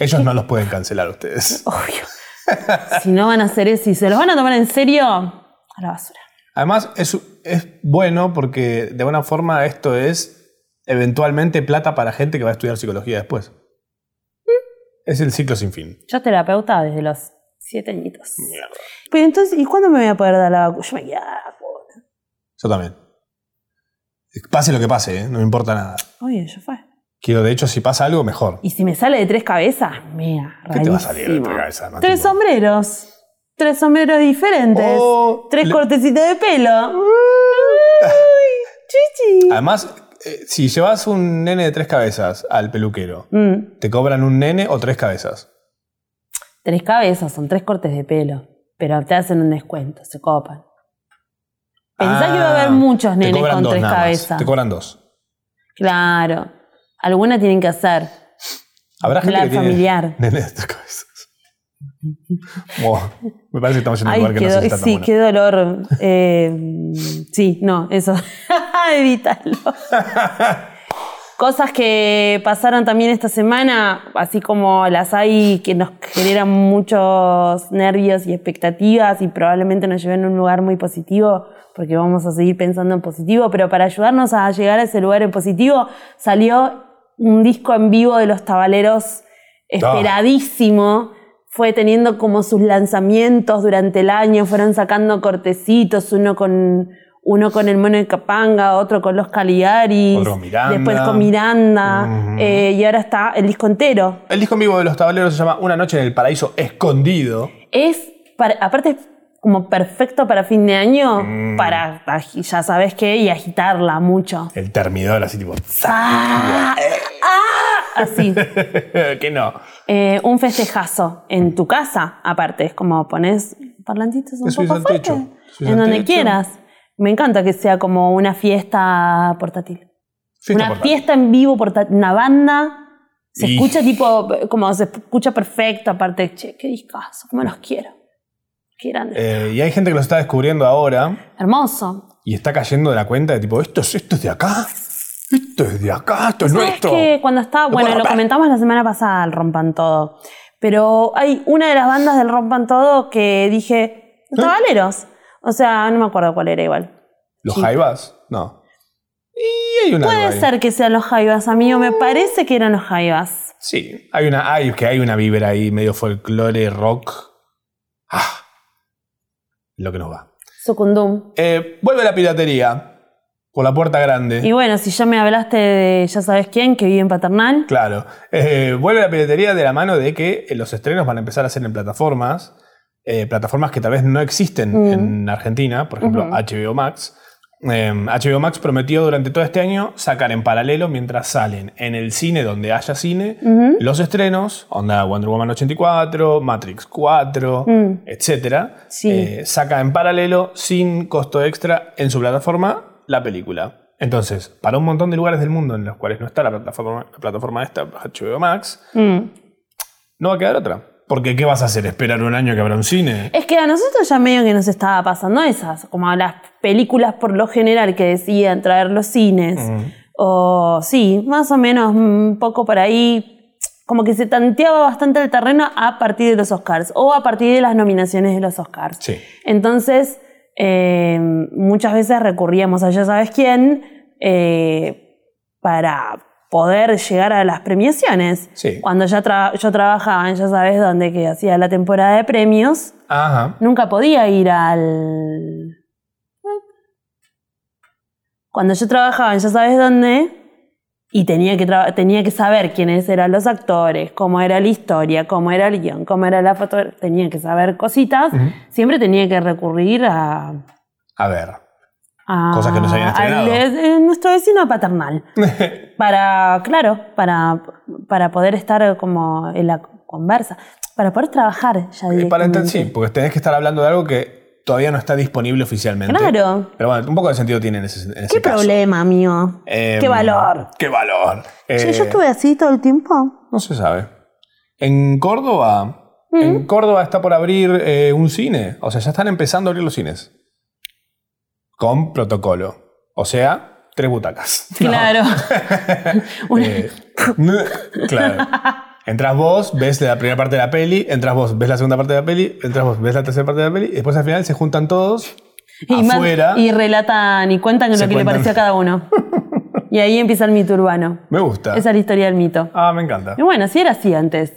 Ellos no los pueden cancelar a ustedes. *laughs*
Obvio. si no van a hacer eso, si se los van a tomar en serio, a la basura.
Además, es, es bueno porque de alguna forma esto es eventualmente plata para gente que va a estudiar psicología después. Es el ciclo sin fin.
Yo terapeuta desde los Siete añitos.
Mierda.
Pero entonces, ¿y cuándo me voy a poder dar la vacuna? Yo me quedé, ah, pobre.
Yo también. Pase lo que pase, ¿eh? no me importa nada.
Oye, ya fue.
Quiero, de hecho, si pasa algo, mejor.
Y si me sale de tres cabezas, mea,
¿Qué te va a salir de
rarísimo.
tu cabeza, Mati?
Tres sombreros. Tres sombreros diferentes.
Oh,
tres
le-
cortecitos de pelo.
*laughs*
Uy, chichi.
Además, eh, si llevas un nene de tres cabezas al peluquero,
Mm,
¿te cobran un nene o tres cabezas?
tres cabezas, son tres cortes de pelo. Pero te hacen un descuento, se copan. Pensá
Ah,
que va a haber muchos
te
nenes
cobran
con
dos
tres
nada más.
cabezas.
Te cobran dos.
Claro. Alguna tienen que hacer.
Habrá gente
Plan
que tiene *laughs*
familiar.
nenes de
*laughs*
tres cabezas. Buah, me parece que estamos yendo a un
Ay,
lugar que
qué
no sé
do-
si está tan
sí,
bueno.
qué dolor. Eh, *laughs* sí, no, eso. *laughs*
*laughs*
Evítalo. Cosas que pasaron también esta semana, así como las hay que nos generan muchos nervios y expectativas y probablemente nos lleven a un lugar muy positivo, porque vamos a seguir pensando en positivo, pero para ayudarnos a llegar a ese lugar en positivo salió un disco en vivo de los tabaleros
Ah.
esperadísimo. Fue teniendo como sus lanzamientos durante el año, fueron sacando cortecitos, uno con uno con el mono de Capanga, otro con los Caligaris,
Otro con Miranda.
después con Miranda,
Ujú.
eh, y ahora está el disco entero.
El disco en vivo de los tableros se llama Una noche en el paraíso escondido.
Es, para- aparte, es como perfecto para fin de año,
Mm.
para, agi- ya sabes qué, y agitarla mucho.
El termidor, así tipo. *laughs*
¡Ah! ¡Ah! Así.
que no.
Eh, un festejazo en tu casa, aparte, es como pones parlantitos un
Te subís
poco
al techo,
fuerte,
te subís
en
al
donde
techo.
quieras. Me encanta que sea como una fiesta portátil.
Fiesta
una
portátil.
fiesta en vivo portátil, una banda. Se
Y-
escucha tipo, como se escucha perfecto, aparte, che, qué discazo, cómo los quiero. Qué grande.
Eh, y hay gente que lo está descubriendo ahora
Hermoso.
y está cayendo de la cuenta de tipo, esto es, esto es de acá. Esto es de acá, esto es
¿Sabes
nuestro.
que cuando estaba,
Lo
bueno,
puedo
lo
romper.
comentamos la semana pasada, el Rompan Todo, pero hay una de las bandas del Rompan Todo que dije, los
¿Eh?
tabaleros. O sea, no me acuerdo cuál era igual.
Los
Sí.
Jaivas, no. Y hay una. algo
Puede
ahí.
ser que sean los Jaivas, amigo, me parece que eran los Jaivas.
Sí, hay una, hay, que hay una vibra ahí, medio folclore, rock. Ah, lo que nos va.
Sucundum.
Eh, vuelve la piratería por la puerta grande.
Y bueno, si ya me hablaste de ya sabes quién, que vive en Paternal,
Claro. Eh, vuelve la piratería de la mano de que eh, los estrenos van a empezar a ser en plataformas, eh, plataformas que tal vez no existen
Mm.
en Argentina, por ejemplo
Ujú.
HBO Max. Eh, HBO Max prometió durante todo este año sacar en paralelo, mientras salen en el cine donde haya cine,
Ujú.
los estrenos, onda Wonder Woman 84, Matrix 4,
Mm.
etcétera,
Sí.
eh, saca en paralelo, sin costo extra, en su plataforma, la película. Entonces, para un montón de lugares del mundo en los cuales no está la plataforma, la plataforma esta, HBO Max,
Mm.
no va a quedar otra. Porque, ¿qué vas a hacer? ¿Esperar un año que habrá un cine?
Es que a nosotros ya medio que nos estaba pasando esas, como a las películas por lo general que decían traer los cines.
Mm.
O sí, más o menos un poco por ahí, como que se tanteaba bastante el terreno a partir de los Oscars o a partir de las nominaciones de los Oscars.
Sí.
Entonces, eh, muchas veces recurríamos a ya sabes quién eh, para poder llegar a las premiaciones.
Sí.
Cuando ya tra- yo trabajaba en ya sabes dónde, que hacía la temporada de premios,
Ajá.
nunca podía ir al... Cuando yo trabajaba en ya sabes dónde y tenía que, traba- tenía que saber quiénes eran los actores, cómo era la historia, cómo era el guión, cómo era la foto, tenía que saber cositas,
Ujú.
siempre tenía que recurrir a...
A ver.
a-
Cosas que no se habían
al-
estrenado.
eh, nuestro vecino
*laughs*
paternal. para, claro, para, para poder estar como en la conversa, para poder trabajar ya
Y Eh,
directamente.
para entender, sí, porque tenés que estar hablando de algo que todavía no está disponible oficialmente.
Claro.
Pero bueno, un poco de sentido tiene en ese, en ese
¿Qué
caso.
problema, amigo?
Em,
¿Qué valor?
¡Qué valor!
Che,
Eh,
yo estuve así todo el tiempo.
No se sabe. En Córdoba, en Córdoba está por abrir eh, un cine. O sea, ya están empezando a abrir los cines. Con protocolo. O sea, tres butacas. *laughs* No.
Claro. Una-
Eh, claro. Entras vos, ves la primera parte de la peli, entras vos, ves la segunda parte de la peli, entras vos, ves la tercera parte de la peli, y después al final se juntan todos
y, man-
afuera.
y relatan y cuentan lo
Se
que le
cuentan.
pareció a cada
*laughs*
uno. y ahí empieza el mito urbano.
Me gusta.
Esa es la historia del mito.
Ah, me encanta.
Y bueno, sí era así antes.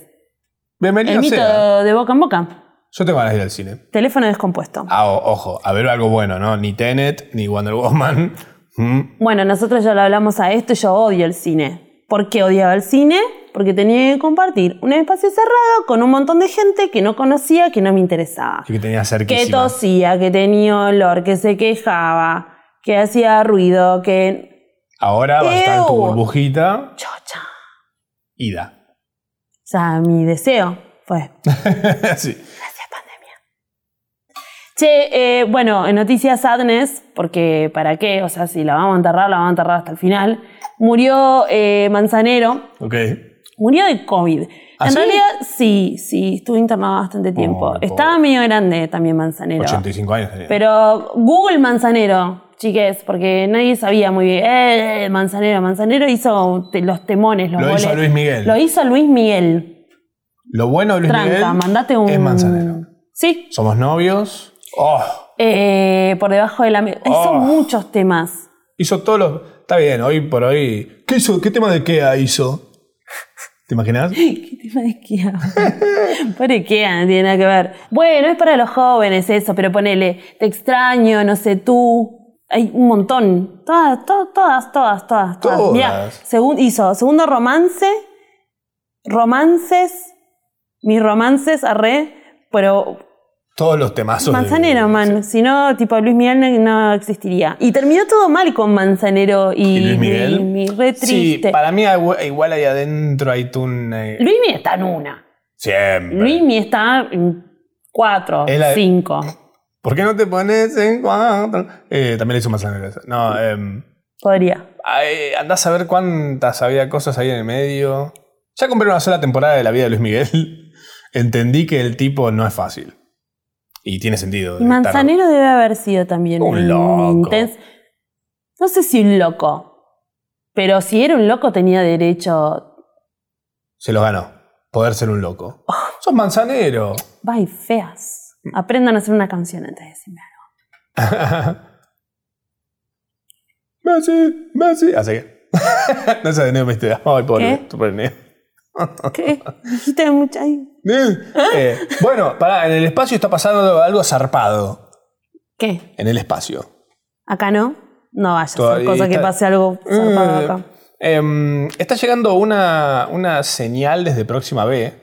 Bienvenido
El mito
sea.
de boca en boca.
Yo tengo ganas de ir al cine.
Teléfono descompuesto.
Ah, o- ojo, a ver algo bueno, ¿no? Ni Tenet, ni Wonder Woman. *laughs* Mm.
Bueno, nosotros ya lo hablamos a esto y yo odio el cine. ¿Por qué odiaba el cine? Porque tenía que compartir un espacio cerrado con un montón de gente que no conocía, que no me interesaba.
Y que tenía cerquísima.
Que tosía, que tenía olor, que se quejaba, que hacía ruido, que...
Ahora va a estar en tu
Ew.
burbujita.
Chocha.
Ida. *laughs*
O sea, mi deseo fue
sí.
Gracias, pandemia. Che, eh, bueno, en Noticias Sadness, porque ¿para qué? O sea, si la vamos a enterrar, la vamos a enterrar hasta el final. Murió eh, Manzanero,
Ok.
murió de COVID.
¿Ah,
en
sí? Oh,
realidad, sí, sí, estuve internado bastante tiempo.
pobre.
Estaba medio grande también Manzanero.
85 años tenía.
Pero Google Manzanero, chiques, porque nadie sabía muy bien. Eh, eh, Manzanero, Manzanero hizo te- los temones, los
Lo hizo
goles.
Luis Miguel.
Lo hizo Luis Miguel.
Lo bueno de Luis
Tranca,
Miguel
mandate un.
es Manzanero.
Sí,
Somos novios. Oh,
Eh, por debajo de la mesa. Hizo
Oh.
muchos temas.
hizo todos los... Está bien, hoy por hoy... ¿Qué hizo? ¿Qué tema de Kea hizo? ¿Te imaginas?
¿Qué tema de Ikea? *laughs* Por Ikea, no tiene nada que ver. Bueno, es para los jóvenes eso, pero ponele, te extraño, no sé tú. Hay un montón. Todas, to- todas, todas, todas, todas.
Todas.
Mirá, segun- hizo segundo romance, romances, mis romances, arre, pero
Todos los temazos. de-
Manzanero, man. Si no, tipo Luis Miguel no, no existiría. Y terminó todo mal con Manzanero y,
¿Y Luis Miguel?
mi re
Sí,
triste.
para mí igu- igual ahí adentro hay tú un... eh,
Luis Miguel está en una.
Siempre.
Luis Miguel está en cuatro,
Es la-
cinco.
¿Por qué no te pones en cuatro? Eh, también le hizo Manzanero eso. No, eh, *laughs*
Podría.
andás a ver cuántas había cosas ahí en el medio. Ya compré una sola temporada de la vida de Luis Miguel. *laughs* Entendí que el tipo no es fácil. Y tiene sentido.
Y Manzanero debe haber sido también
Un loco.
intenso. No sé si un loco. Pero si era un loco tenía derecho.
Se los ganó. Poder ser un loco. *laughs* Sos manzanero.
Bye, feas. Aprendan a hacer una canción antes de decirme. algo.
*laughs* Messi, Messi. Así que. *laughs* no sé de nuevo me estoy. Ay, pobre,
¿Qué?
tu pobre neo.
¿Qué? Dijiste mucha. ay.
*laughs* Eh, bueno, pará, en el espacio está pasando algo zarpado.
¿Qué?
En el espacio.
Acá no. No vaya a ser
Todavía
cosa que
está- Eh,
pase algo zarpado acá.
Em, está llegando una, una señal desde Próxima B,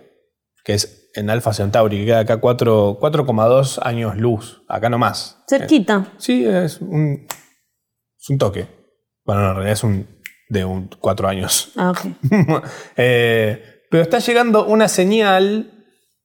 que es en Alpha Centauri, que queda acá cuatro- 4,2 años luz, acá nomás.
Cerquita.
Eh, sí, es un, es un toque. Bueno, no, en realidad es un de un, cuatro años.
Ah, ok.
*laughs* Eh, pero está llegando una señal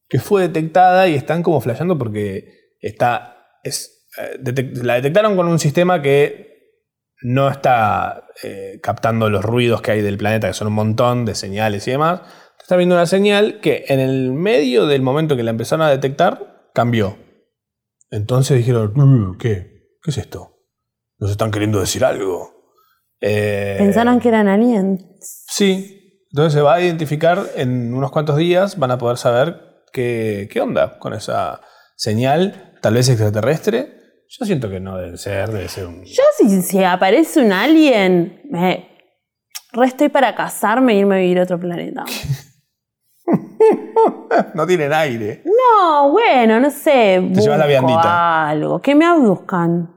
que fue detectada y están como flasheando porque está. Es, eh, detec- la detectaron con un sistema que no está eh, captando los ruidos que hay del planeta, que son un montón de señales y demás. Está viendo una señal que en el medio del momento que la empezaron a detectar, cambió. Entonces dijeron, "Mm, ¿qué? ¿Qué es esto? Nos están queriendo decir algo. Eh,
Pensaron que eran aliens.
Sí, entonces se va a identificar en unos cuantos días, van a poder saber qué, qué onda con esa señal, tal vez extraterrestre. Yo siento que no debe ser, debe ser un...
Yo, si, si aparece un alien, me. Re estoy para casarme e irme a vivir a otro planeta.
*laughs* No tienen aire.
No, bueno, no sé.
Te llevas la
busco
viandita.
Algo. Que me abduzcan.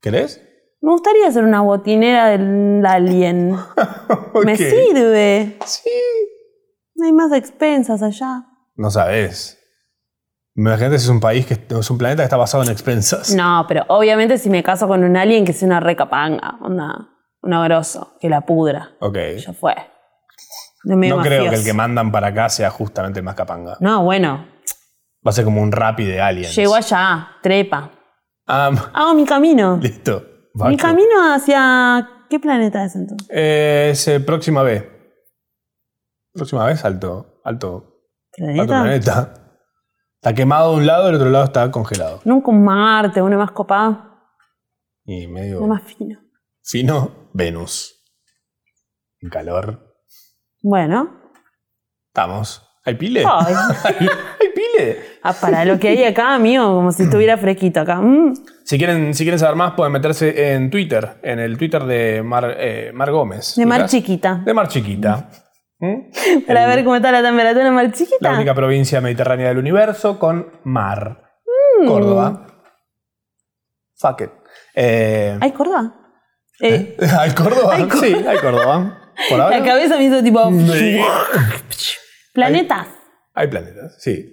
¿Querés?
Me gustaría ser una botinera del alien. Me
*laughs* *laughs* Ok.
sirve.
Sí.
No hay más expensas allá.
No sabes. Imagínate si es un país, que es un planeta que está basado en expensas.
No, pero obviamente si me caso con un alien que sea una recapanga, una, una grosso, que la pudra.
Ok.
Ya fue. No, me
No creo que el que
mafioso.
mandan para acá sea justamente el más capanga.
No, bueno.
Va a ser como un rap de aliens.
Llegó allá, trepa.
Ah, *laughs*
Hago mi camino.
listo.
Mi
Bacho.
camino hacia. ¿Qué planeta es entonces?
Eh, Es eh, próxima B. Próxima vez, alto. Alto. Alto
¿Planeta?
planeta. Está quemado de un lado, el otro lado está congelado.
Nunca un Marte, uno más copado,
Y
uno
medio
más fino.
fino, Venus. Un calor.
Bueno.
Estamos. ¿Hay pile?
Ay.
*laughs* ¿Hay pile?
Ah, para lo que hay acá, amigo, como si estuviera fresquito acá. Mm.
Si quieren, si quieren saber más, pueden meterse en Twitter, en el Twitter de Mar, eh, Mar Gómez.
De mar
¿Ubicás?
chiquita.
De Mar Chiquita. ¿Mm?
*laughs* Para
*laughs* El-
ver cómo está la temperatura más chiquita.
La única provincia mediterránea del universo con mar.
Mm.
Córdoba. Fuck it. Eh, *laughs*
¿Hay Córdoba? Eh,
¿Hay Córdoba?
¿Hay Córdoba?
Sí, hay Córdoba. Por ahora.
La cabeza me hizo tipo.
Sí.
*laughs* Planetas.
Hay planetas, sí.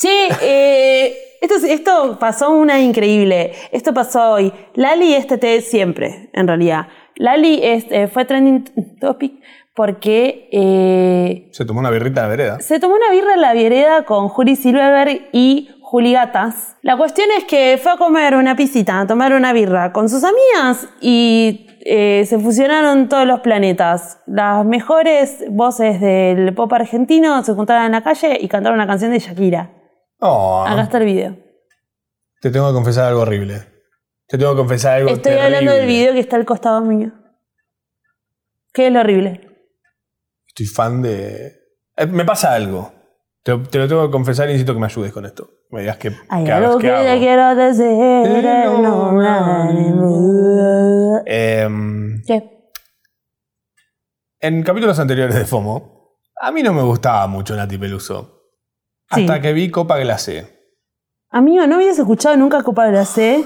Che, eh, esto, es- esto pasó una increíble. Esto pasó hoy. Lali es TT siempre, en realidad. Lali es, eh, fue trending topic porque eh,
Se tomó una birrita en la vereda.
se tomó una birra en la vereda con Juli Silverberg y Juli Gatas. La cuestión es que fue a comer una pisita, a tomar una birra con sus amigas y eh, se fusionaron todos los planetas. Las mejores voces del pop argentino se juntaron en la calle y cantaron una canción de Shakira.
Oh,
Acá está el video.
te tengo que confesar algo horrible. Te tengo que confesar algo
Estoy
terrible.
hablando del video que está al costado mío. ¿Qué es lo horrible?
Estoy fan de... Eh, me pasa algo. Te, te lo tengo que confesar y necesito que me ayudes con esto. Me digas que,
Hay
que hagas
algo que
que hago.
te quiero decir.
Eh,
no,
no,
no, no.
Em,
¿Qué?
En capítulos anteriores de FOMO, a mí no me gustaba mucho Nati Peluso.
Sí.
Hasta que vi Copa Glacé.
Amigo, ¿no habías escuchado nunca Copa de la C?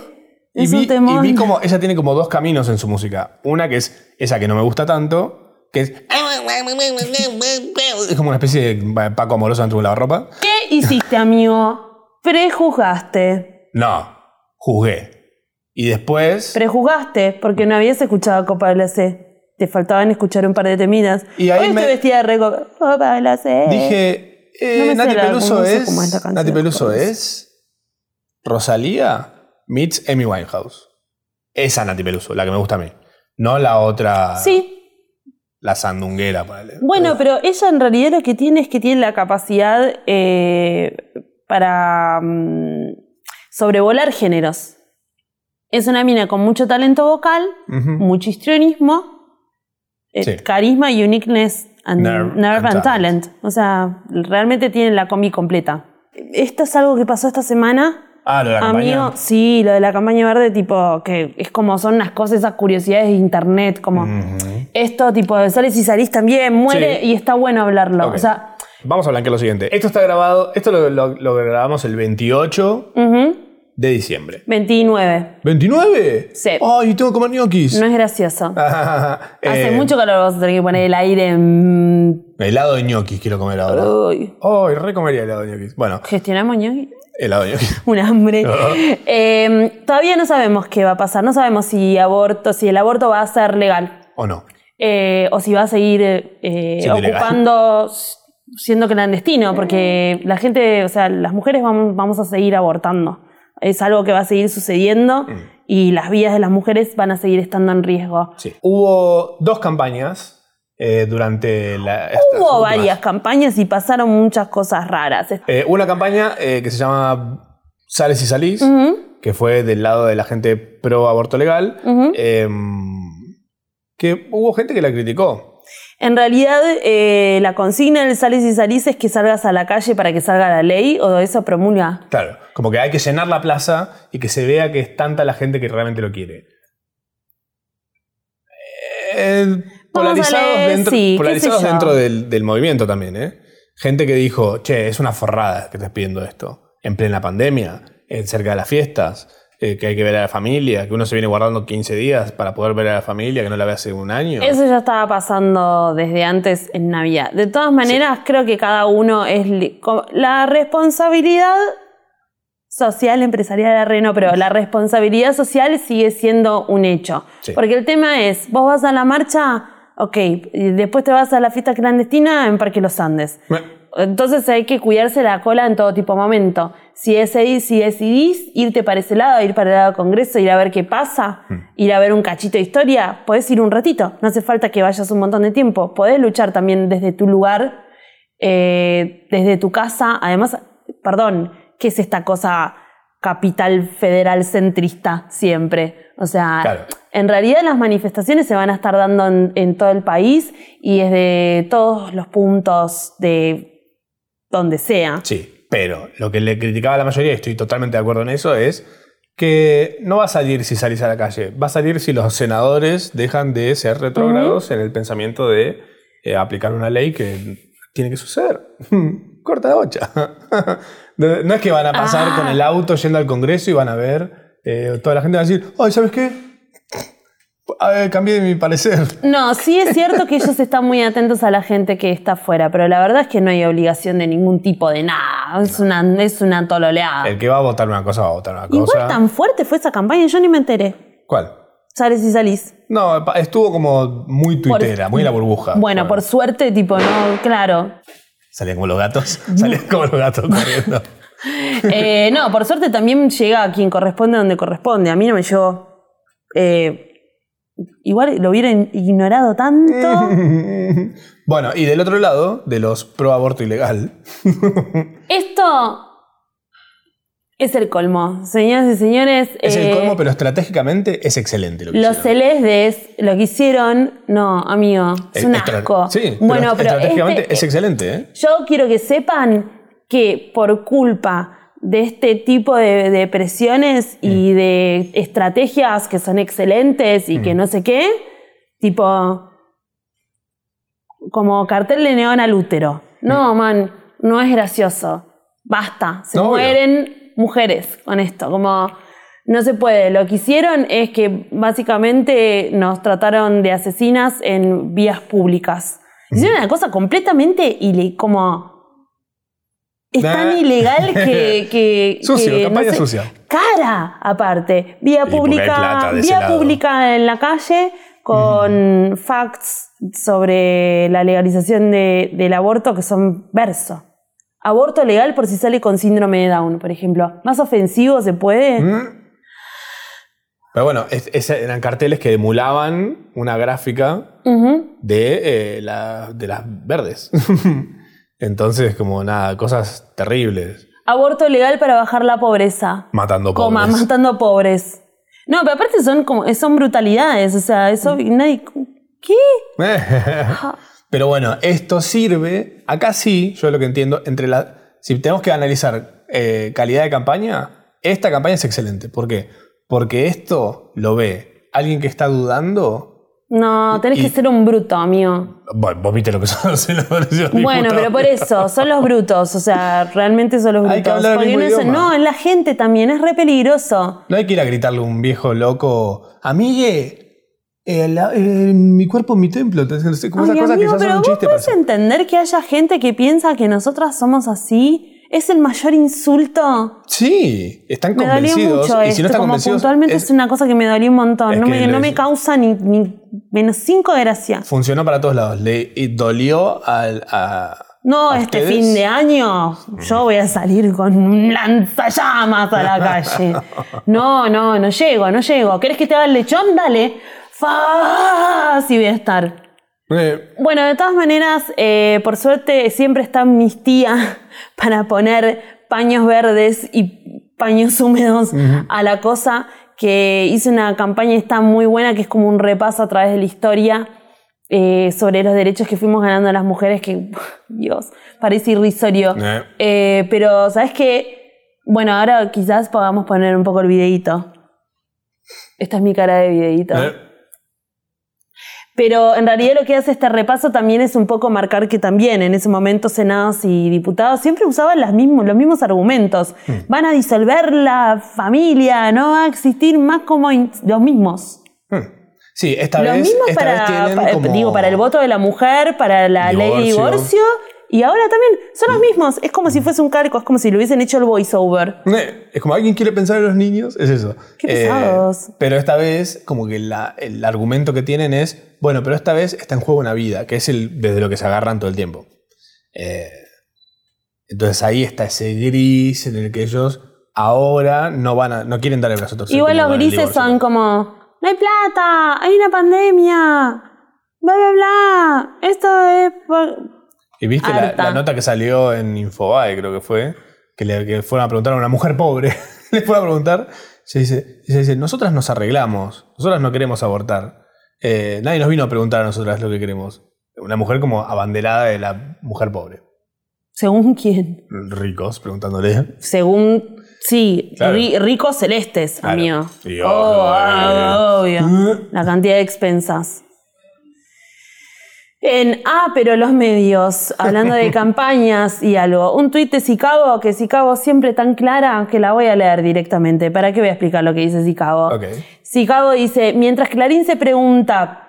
Es
y vi,
un temor.
y vi como ella tiene como dos caminos en su música. Una que es esa que no me gusta tanto, que es, es como una especie de Paco Amoroso dentro de la ropa.
¿Qué hiciste, amigo? Prejuzgaste.
No, juzgué. Y después...
Prejuzgaste porque no habías escuchado Copa de la C. Te faltaban escuchar un par de temidas.
Y ahí
Hoy
me-
estoy vestida de re Copa- Copa de la C.
Dije, eh,
No me sé
Nati
la-
Peluso
no sé
es.
cómo es la canción,
Nati Peluso
pero-
es. Rosalía meets Amy Winehouse. Esa Nati Peluso, la que me gusta a mí. No la otra.
Sí,
La sandunguera, ponele.
Bueno, pero ella en realidad lo que tiene es que tiene la capacidad eh, para mm, sobrevolar géneros. Es una mina con mucho talento vocal,
Ujú.
mucho histrionismo, eh,
Sí.
carisma, uniqueness, and
Nerve
nerve,
and
and talent. O sea, realmente tiene la combi completa. Esto es algo que pasó esta semana.
Ah, lo de la campaña.
Amigo, sí, lo de la campaña verde, tipo, que es como son unas cosas, esas curiosidades de internet, como
Ujú.
esto tipo de sales y salís también, muere
Sí.
y está bueno hablarlo.
Ok.
O sea,
Vamos a blanquear lo siguiente. Esto está grabado. Esto lo, lo- lo grabamos el 28
ujú,
de diciembre.
29.
¿29?
Sí.
¡Ay, tengo que comer ñoquis!
No es gracioso. Hace
*laughs* Ah, Eh,
mucho calor, vas a tener que poner el aire. en-
Helado de ñoquis quiero comer ahora. ¡Ay,
Uy,
re comería helado de ñoquis! Bueno,
gestionamos ñoqui. *laughs*
helado de ñoquis. *laughs*
Un hambre.
Ah.
Eh, todavía no sabemos qué va a pasar. No sabemos si aborto, si el aborto va a ser legal.
¿O no?
eh, o si va a seguir eh,
Siendo ilegal.
ocupando, s- siendo clandestino, porque la gente, o sea, las mujeres vamos, vamos a seguir abortando. Es algo que va a seguir sucediendo
Mm.
y las vidas de las mujeres van a seguir estando en riesgo.
Sí. Hubo dos campañas eh, durante la. estas
Hubo
últimas.
varias campañas y pasaron muchas cosas raras. Este,
Eh, hubo una campaña eh, que se llama Sales y Salís,
Ujú,
que fue del lado de la gente pro aborto legal,
ujú.
em, que hubo gente que la criticó.
En realidad, eh, la consigna del Sales y Salís es que salgas a la calle para que salga la ley o eso promulga.
Claro, como que hay que llenar la plaza y que se vea que es tanta la gente que realmente lo quiere. Eh,
Vamos a
polarizados
leer,
dentro,
sí, qué
polarizados
sé yo.
dentro del, del movimiento también, ¿eh? Gente que dijo, che, es una forrada que estés pidiendo esto. En plena pandemia, eh, cerca de las fiestas, eh, que hay que ver a la familia, que uno se viene guardando 15 días para poder ver a la familia, que no la ve hace un año.
Eso ya estaba pasando desde antes en Navidad. De todas maneras, creo que cada uno es... li- co- La responsabilidad social, empresarial, arre, no, pero la responsabilidad social sigue siendo un hecho.
Sí.
Porque el tema es, vos vas a la marcha, ok, y después te vas a la fiesta clandestina en Parque Los Andes.
Me-
Entonces hay que cuidarse la cola en todo tipo de momento. Si, es ahí- si decidís irte para ese lado, ir para el lado del Congreso, ir a ver qué pasa, ir a ver un cachito de historia, podés ir un ratito. No hace falta que vayas un montón de tiempo. Podés luchar también desde tu lugar, eh, desde tu casa. Además, perdón, ¿qué es esta cosa capital federal centrista siempre? O sea,
Claro.
en realidad las manifestaciones se van a estar dando en, en todo el país y desde todos los puntos de donde sea.
Sí, pero lo que le criticaba a la mayoría, y estoy totalmente de acuerdo en eso, es que no va a salir si salís a la calle, va a salir si los senadores dejan de ser retrógrados en el pensamiento de eh, aplicar una ley que tiene que suceder. *laughs* Corta la bocha. *laughs* no es que van a pasar
Ah.
con el auto yendo al Congreso y van a ver, eh, toda la gente va a decir, ay, ¿sabes qué? A ver, cambié mi parecer.
No, sí es cierto que ellos están muy atentos a la gente que está afuera, pero la verdad es que no hay obligación de ningún tipo de nada. Es una, es una tololeada.
El que va a votar una cosa va a votar una
Ah. Igual
cosa.
tan fuerte fue esa campaña, yo ni me enteré.
¿Cuál?
Sales y salís.
No, pa- estuvo como muy tuitera, muy en la burbuja.
Bueno, por suerte, tipo, no, claro.
Salían como los gatos. *laughs* Salían como los gatos corriendo. *laughs*
Eh, no, por suerte también llega a quien corresponde donde corresponde. A mí no me llegó. Eh, igual lo hubieran ignorado
*laughs*
tanto.
bueno, y del otro lado, de los pro aborto ilegal.
Esto es el colmo, señoras y señores.
Es
eh,
el colmo, pero estratégicamente es excelente lo que
Los
hicieron.
celestes, lo que hicieron, no, amigo, es
Eh,
un
estra-
asco.
Sí,
bueno, pero
estratégicamente
este-
es excelente, ¿eh?
Yo quiero que sepan que por culpa de este tipo de, de presiones y
Mm.
de estrategias que son excelentes y que no sé qué, tipo como cartel de neón al útero. No, man, no es gracioso. Basta, se
Mm. No, obvio.
mueren mujeres con esto, como no se puede. Lo que hicieron es que básicamente nos trataron de asesinas en vías públicas. Hicieron una cosa completamente ile- como... Es
Nah.
tan ilegal que... que
*laughs* Sucio,
que,
campaña sucia.
Cara, aparte. Vía
porque hay
pública,
plata de ese
vía
lado. Mm.
pública en la calle con facts sobre la legalización de- del aborto que son verso. Aborto legal por si sale con síndrome de Down, por ejemplo. Más ofensivo se puede.
Mm. Pero bueno, es- es- eran carteles que emulaban una gráfica
Ujú.
de, eh, la- de las verdes. *laughs* Entonces, como nada, cosas terribles.
Aborto legal para bajar la pobreza.
Matando
Coma,
pobres.
matando pobres. No, pero aparte son como son brutalidades, o sea, eso
Mm.
nadie ¿Qué?
*laughs* Pero bueno, esto sirve, acá sí, yo lo que entiendo, entre la, si tenemos que analizar eh, calidad de campaña, esta campaña es excelente. ¿Por qué? Porque esto lo ve alguien que está dudando.
No, tenés
Y-
que ser un bruto, amigo.
Bueno, vos viste lo que *laughs* son los senadores y los
Bueno,
diputados.
pero por eso, son los brutos, o sea, realmente son los brutos.
Hay que hablar el
Porque
mismo
no, es-
idioma.
no, es la gente también, es re peligroso.
No hay que ir a gritarle a un viejo loco, amigue, eh, la- eh, mi cuerpo, mi templo. Entonces, no sé, Como esas
Ay,
cosas
amigo,
que ya
pero
son un
vos
chiste.
podés
pero-
entender que haya gente que piensa que nosotras somos así. Es el mayor insulto.
Sí, están
Me dolió
convencidos.
mucho
y
esto,
si no están
como
convencidos,
puntualmente es,
es-
una cosa que me dolió un montón.
es
no,
que
me,
lo
no me
es-
causa ni, ni menos cinco gracias.
funcionó para todos lados. Le y dolió al, a.
No,
a
este
ustedes.
fin de año yo voy a salir con un lanzallamas a
*laughs*
la calle. No, no, no llego, no llego. ¿Querés que te haga el lechón? Dale. Fácil voy a estar.
Eh,
Bueno, de todas maneras, eh, por suerte siempre está amnistía *laughs* para poner paños verdes y paños húmedos a la cosa, que hizo una campaña y está muy buena, que es como un repaso a través de la historia eh, sobre los derechos que fuimos ganando a las mujeres, que, *laughs* Dios, parece irrisorio.
Eh.
Eh, pero, ¿sabes qué? Bueno, ahora quizás podamos poner un poco el videíto. Esta es mi cara de videíto.
eh,
Pero en realidad lo que hace este repaso también es un poco marcar que también en ese momento senados y diputados siempre usaban las mismos, los mismos argumentos.
Hmm.
Van a disolver la familia, no va a existir más como in- los mismos.
hmm. Sí, esta
los
vez.
mismos
esta
para,
vez tienen
para-
como-
digo, para el voto de la mujer, para la ley de
Divorcio. Hmm.
divorcio. Y ahora también son los mismos. Es como si fuese un cargo, es como si lo hubiesen hecho el voiceover.
Eh, Es como alguien quiere pensar en los niños, es eso. Eh,
Qué pesados.
pero esta vez, como que la- el argumento que tienen es, bueno, pero esta vez está en juego una vida, que es el, desde lo que se agarran todo el tiempo. Eh, entonces ahí está ese gris en el que ellos ahora no van a, no quieren dar el brazo a torcer.
Igual
como
los
con el
grises
divorcio.
son como, no hay plata, hay una pandemia, bla, bla, bla. Esto es... por-
Y viste la,
Harta.
la nota que salió en Infobae, creo que fue, que le que fueron a preguntar a una mujer pobre. *laughs* le fueron a preguntar. Se dice, y se dice, nosotras nos arreglamos, nosotras no queremos abortar. Eh, nadie nos vino a preguntar a nosotras lo que queremos. Una mujer como abanderada de la mujer pobre.
Según quién.
Ricos preguntándole.
Según, sí,
Claro.
ri- ricos celestes,
Claro.
amigo.
Y
Oh,
obvio, *laughs*
ah, obvio.
¿Eh?
La cantidad de expensas. En, ah, pero los medios, hablando
*laughs*
de campañas y algo. Un tuit de Sicago, que Sicago siempre tan clara, que la voy a leer directamente. ¿Para qué voy a explicar lo que dice Sicago?
Ok.
Sicago dice, mientras Clarín se pregunta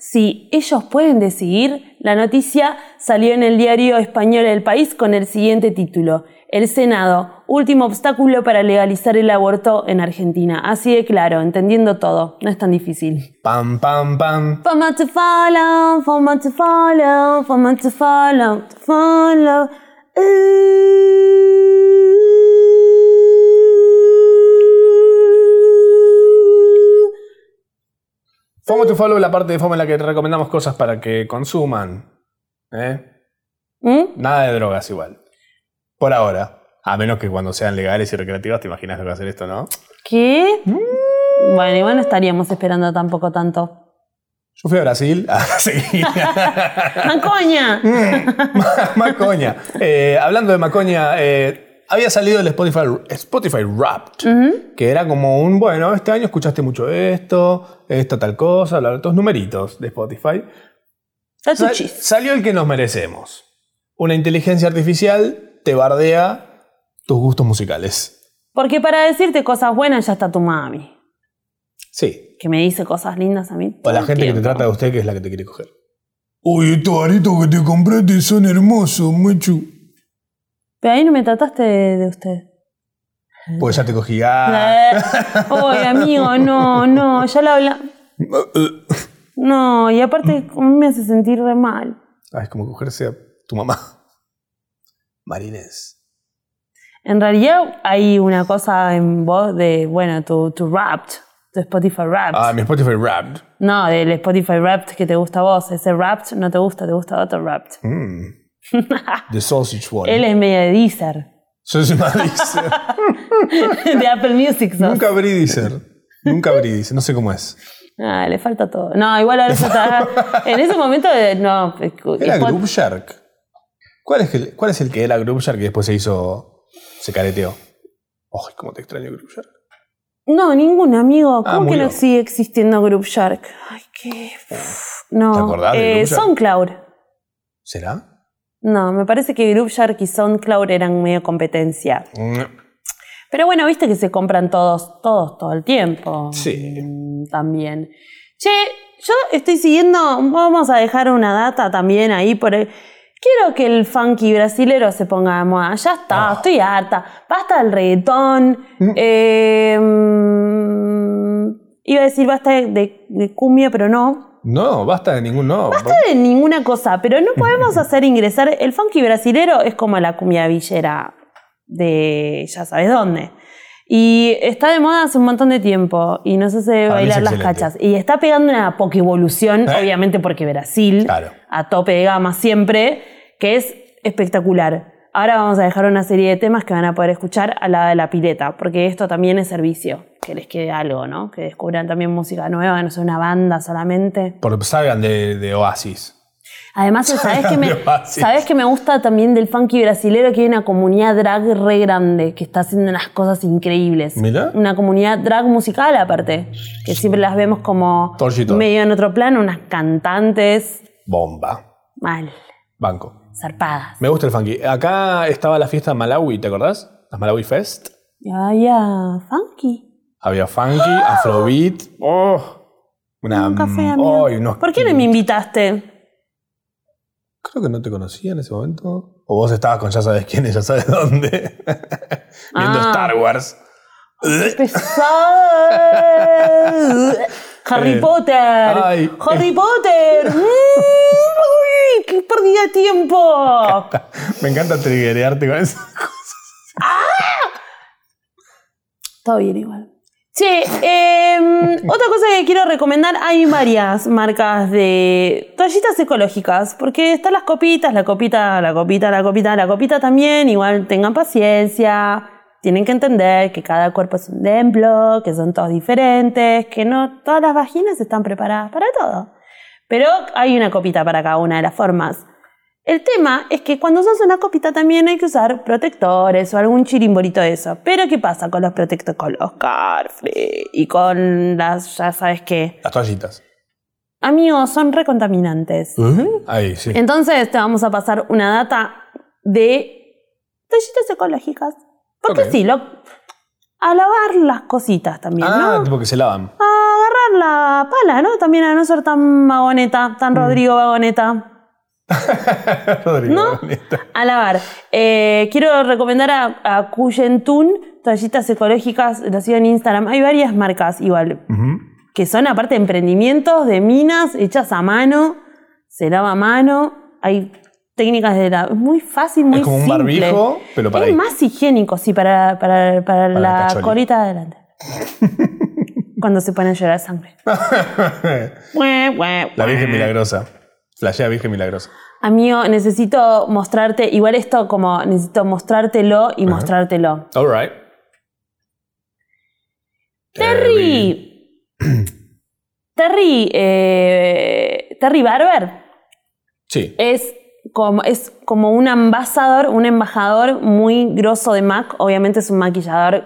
si ellos pueden decidir, la noticia salió en el diario español El País con el siguiente título. El Senado, último obstáculo para legalizar el aborto en Argentina. Así de claro, entendiendo todo, no es tan difícil.
Pam, pam, pam.
Fama to follow, fama to follow, fama to follow, to follow. Ooh.
Fomo to follow, la parte de Fomo en la que recomendamos cosas para que consuman. ¿Eh?
¿Mm?
Nada de drogas igual. Por ahora. A menos que cuando sean legales y recreativas, te imaginas lo que va a hacer esto, ¿no?
¿Qué?
Mm.
Bueno, igual no estaríamos esperando tampoco tanto.
*laughs* Yo fui a Brasil. *laughs* Ah, sí.
¡Mancoña!
Mm, Macoña. Eh, hablando de Macoña, eh, había salido el Spotify, Spotify Wrapped, que era como un, bueno, este año escuchaste mucho esto, esta tal cosa, bla, bla, todos numeritos de Spotify. Sal-
Tatuchis.
salió el que nos merecemos. Una inteligencia artificial te bardea tus gustos musicales.
Porque para decirte cosas buenas ya está tu mami,
Sí.
que me dice cosas lindas a mí.
O
todo
la
el
gente que te
tiempo.
trata de usted que es la que te quiere coger. Uy, estos aritos que te compraste son hermosos, macho.
Pero ahí no me trataste de, de usted.
Pues ya te cogí. ah.
Eh, *laughs* Oye, amigo, no, no, ya la habla. No, y aparte a mí me hace sentir re mal.
Ah, es como cogerse a tu mamá. Marines.
En realidad hay una cosa en vos de, bueno, tu, tu rap, tu Spotify rap.
Ah, mi Spotify Wrapped.
No, del Spotify Wrapped que te gusta a vos. Ese Wrapped no te gusta, te gusta otro Wrapped.
Mm.
*laughs*
The Sausage One.
Él es medio de Deezer, *laughs*
Yo soy más Deezer.
de Apple Music. sos.
Nunca abrí Deezer. Nunca abrí Deezer. No sé cómo es.
Ah, le falta todo. No, igual ahora ya
*laughs*
está. En ese momento, eh, no. escu-
¿Era
Spot-
Group Shark? ¿Cuál es, el, ¿Cuál es el que era Group Shark y después se hizo. se careteó? ¡Ay, cómo te extraño Group Shark!
No, ningún amigo.
Ah,
¿Cómo que
murió.
no sigue existiendo Group Shark? Ay, qué. uf, No.
¿Te acordás de
Eh,
Group Shark?
SoundCloud.
¿Será?
No, me parece que Group Shark y SoundCloud eran medio competencia.
Mm.
Pero bueno, viste que se compran todos, todos, todo el tiempo.
Sí.
Mm, También. Che, yo estoy siguiendo, vamos a dejar una data también ahí por el- Quiero que el funky brasilero se ponga de moda. Ya está, estoy harta. Basta del reggaetón. eh, mm, iba a decir basta de, de- de cumbia, pero no.
No, basta de ningún no.
No de ninguna cosa, pero no podemos hacer ingresar. El funky brasilero es como la cumbia villera de ya sabes dónde. Y está de moda hace un montón de tiempo y nos hace
es
bailar las
excelente.
cachas. Y está pegando una pokevolución,
Eh.
obviamente porque Brasil,
Claro.
a tope de gama siempre, que es espectacular. Ahora vamos a dejar una serie de temas que van a poder escuchar al lado de la pileta, porque esto también es servicio, que les quede algo, ¿no? Que descubran también música nueva, no sea una banda solamente.
Por, salgan de, de Oasis. *laughs*
Además, ¿sabes que, me,
Cambio fácil.
¿sabés que me gusta también del funky brasilero? Que hay una comunidad drag re grande que está haciendo unas cosas increíbles.
Mirá.
Una comunidad drag musical, aparte. Que siempre las vemos como
Torchito.
medio en otro plano, unas cantantes
Bomba.
mal,
Banco.
zarpadas.
Me gusta el funky. Acá estaba la fiesta Malawi, ¿te acordás? Las Malawi Fest.
Y había funky.
Había funky, afrobeat. ¡Oh! Una,
¡Ah! Un café, amigo.
¡Ay, unos-
¿Por qué no me
*laughs*
invitaste?
Creo que no te conocía en ese momento. O vos estabas con ya sabes quién y ya sabes dónde. *laughs* Viendo
Ah.
Star Wars.
Pesado. Harry
Eh,
Potter.
ay,
Harry Potter. Mm, uy, ¡Qué pérdida de
*laughs*
tiempo!
Me encanta triggerearte con eso.
Todo bien igual. Che, em, *laughs* otra cosa que quiero recomendar, hay varias marcas de toallitas ecológicas, porque están las copitas, la copita, la copita, la copita, la copita también, igual tengan paciencia, tienen que entender que cada cuerpo es un templo, que son todos diferentes, que no todas las vaginas están preparadas para todo. Pero hay una copita para cada una de las formas. El tema es que cuando usas una copita también hay que usar protectores o algún chirimbolito de eso. Pero ¿qué pasa con los protectores? Con los Carfree y con las, ya sabes qué.
Las toallitas.
amigos, son
Mm.
recontaminantes.
Ujú, Ahí, sí.
Entonces te vamos a pasar una data de tallitas ecológicas. Porque
Ok.
sí, lo, a lavar las cositas también,
Ah,
¿no?
tipo que se
*laughs*
lavan.
A agarrar la pala, ¿no? También a no ser tan vagoneta,
Mm.
tan Rodrigo vagoneta.
Rodrigo,
¿No?
bonito.
A lavar. Eh, quiero recomendar a, a Cuyentun, toallitas ecológicas, lo sigo en Instagram. Hay varias marcas igual,
Ujú.
que son aparte emprendimientos de minas hechas a mano, se lava a mano, hay técnicas de la... Es muy fácil, muy
Es como un
simple.
barbijo, pero para
es
ahí.
más higiénico, sí, para, para, para
el
la
cacholi.
colita de
*laughs*
adelante. Cuando se pone a llorar sangre. Bue, bue,
La Virgen
bue.
Milagrosa. Flashea Virgen Milagrosa.
Amigo, necesito mostrarte, igual esto como necesito mostrártelo y mostrártelo.
All right.
Terry. *clears throat* Terry. eh, Terry Barber
Sí.
es como, es como un ambasador, un embajador muy grosso de Mac. Obviamente es un maquillador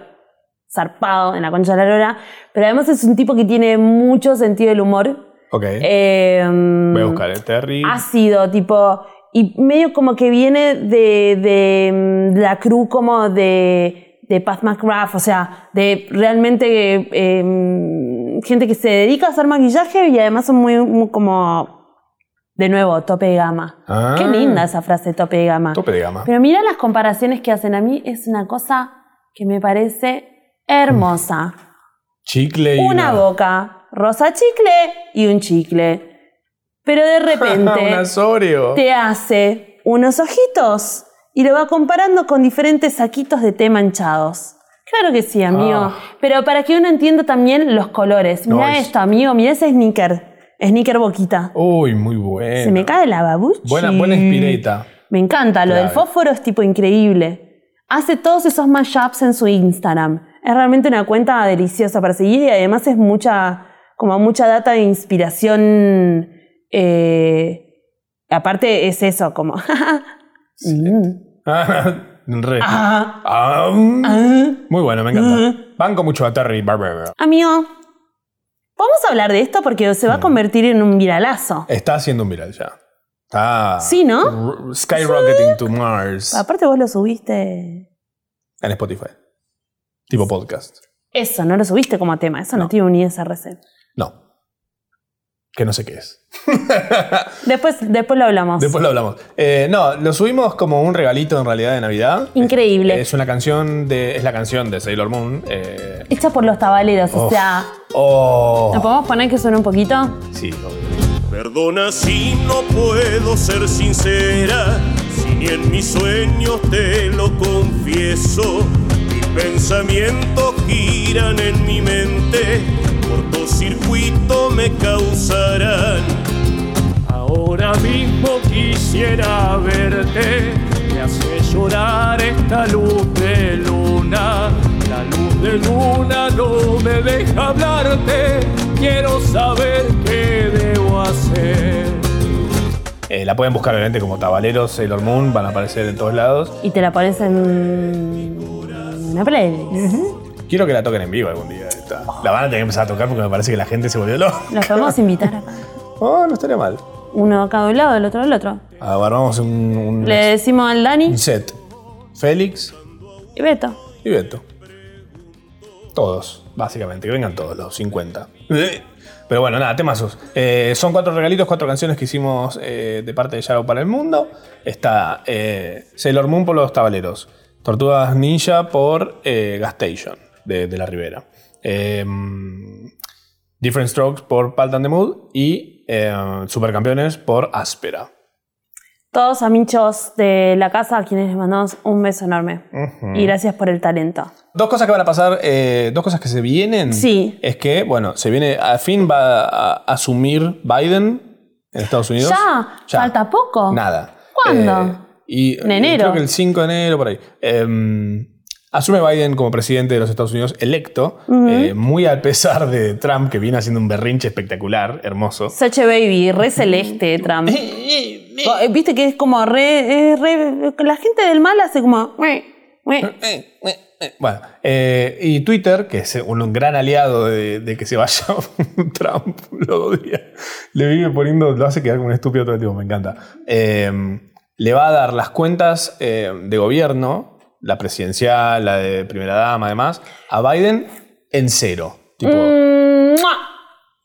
zarpado en la concha de la lora, pero además es un tipo que tiene mucho sentido del humor.
Ok.
Eh, ah,
Voy a buscar el Terry.
ácido, tipo. Y medio como que viene de, de, mm, la crew como de, de Pat McGrath, o sea, de realmente eh, mm, gente que se dedica a hacer maquillaje y además son muy, muy como, de nuevo, tope de gama.
Ah.
Qué linda esa frase, tope de gama.
Tope de gama.
Pero mira las comparaciones que hacen a mí, es una cosa que me parece hermosa.
Mm. Chicle y
Una
*laughs*
boca, rosa chicle y un chicle. Pero
*laughs*
de repente
un asorio.
te hace unos ojitos y lo va comparando con diferentes saquitos de té manchados. Claro que sí, amigo.
Ah.
Pero para que uno entienda también los colores. Mira
Nice.
esto, amigo. Mira ese sneaker. Sneaker boquita.
Uy, muy bueno.
Se me cae la babuchi.
Buena, buena espireta.
Me encanta. Lo del
Clave.
fósforo es tipo increíble. Hace todos esos mashups en su Instagram. Es realmente una cuenta deliciosa para seguir y además es mucha, como mucha data de inspiración. eh, aparte es eso, como... *laughs* Mm.
Re.
Ah,
Ah, mm.
ah.
Muy bueno, me encanta. Banco mucho a Terry Barber.
Amigo, vamos a hablar de esto porque se va a convertir en un viralazo.
Está haciendo un viral ya. Está.
Sí, ¿no? Ah,
r- Skyrocketing to Mars.
Aparte vos lo subiste...
En Spotify. Tipo podcast.
Eso, no lo subiste como tema, eso no,
No.
tiene un ISRC.
No. Que no sé qué es.
Después, después lo hablamos.
Después lo hablamos. Eh, no, lo subimos como un regalito en realidad de Navidad.
Increíble.
Es una canción de. Es la canción de Sailor Moon. eh,
Hecha por los tabaleros, o
Uf.
sea... ¿Nos
oh.
podemos poner que suene un poquito?
Sí, obvio.
Perdona si no puedo ser sincera, si ni en mis sueños te lo confieso. Mis pensamientos giran en mi mente, cortocircuito me causarán.
Ahora mismo quisiera verte, me hace llorar esta luz de luna. La luz de luna no me deja hablarte, quiero saber qué debo hacer.
Eh, la pueden buscar obviamente como Tabaleros, Sailor Moon, van a aparecer en todos lados.
Y te la pones en una playlist.
Quiero que la toquen en vivo algún día. esta. La van a tener que empezar a tocar porque me parece que la gente se volvió loca.
Los podemos invitar acá.
Oh, no estaría mal.
Uno a cada lado, el otro al otro.
Agarramos un, un-
Le decimos al Dani
un set. Félix
y Beto.
y Beto. Todos, básicamente, que vengan todos los 50. Pero bueno, nada, temazos. Eh, son cuatro regalitos, cuatro canciones que hicimos eh, de parte de Yaro para el mundo. Está eh, Sailor Moon por los Tabaleros, Tortugas Ninja por eh, Gastation de, de la Ribera, eh, Different Strokes por Palt and the Mood y eh, Supercampeones por Áspera.
Todos amichos de la casa a quienes les mandamos un beso enorme. Y gracias por el talento.
Dos cosas que van a pasar, eh, dos cosas que se vienen.
Sí.
Es que, bueno, se viene, a fin va a asumir Biden en Estados Unidos.
Ya, falta poco.
Nada. Eh,
¿Cuándo?
y,
En enero.
Creo que el 5 de enero, por ahí. Eh, asume Biden como presidente de los Estados Unidos electo, eh, muy al pesar de Trump, que viene haciendo un berrinche espectacular, hermoso.
Sache Baby, re celeste, Trump. Eh, Viste que es como re, es re- La gente del mal hace como. "Mue, mue".
Bueno, eh, y *laughs* Twitter, que es un, un gran aliado de, de que se vaya Trump, lo odia, le vive poniendo, lo hace quedar como un estúpido todo el tiempo, me encanta. Eh, le va a dar las cuentas eh, de gobierno, la presidencial, la de primera dama, además, a Biden en cero. Tipo,
Mm. ¡Mua!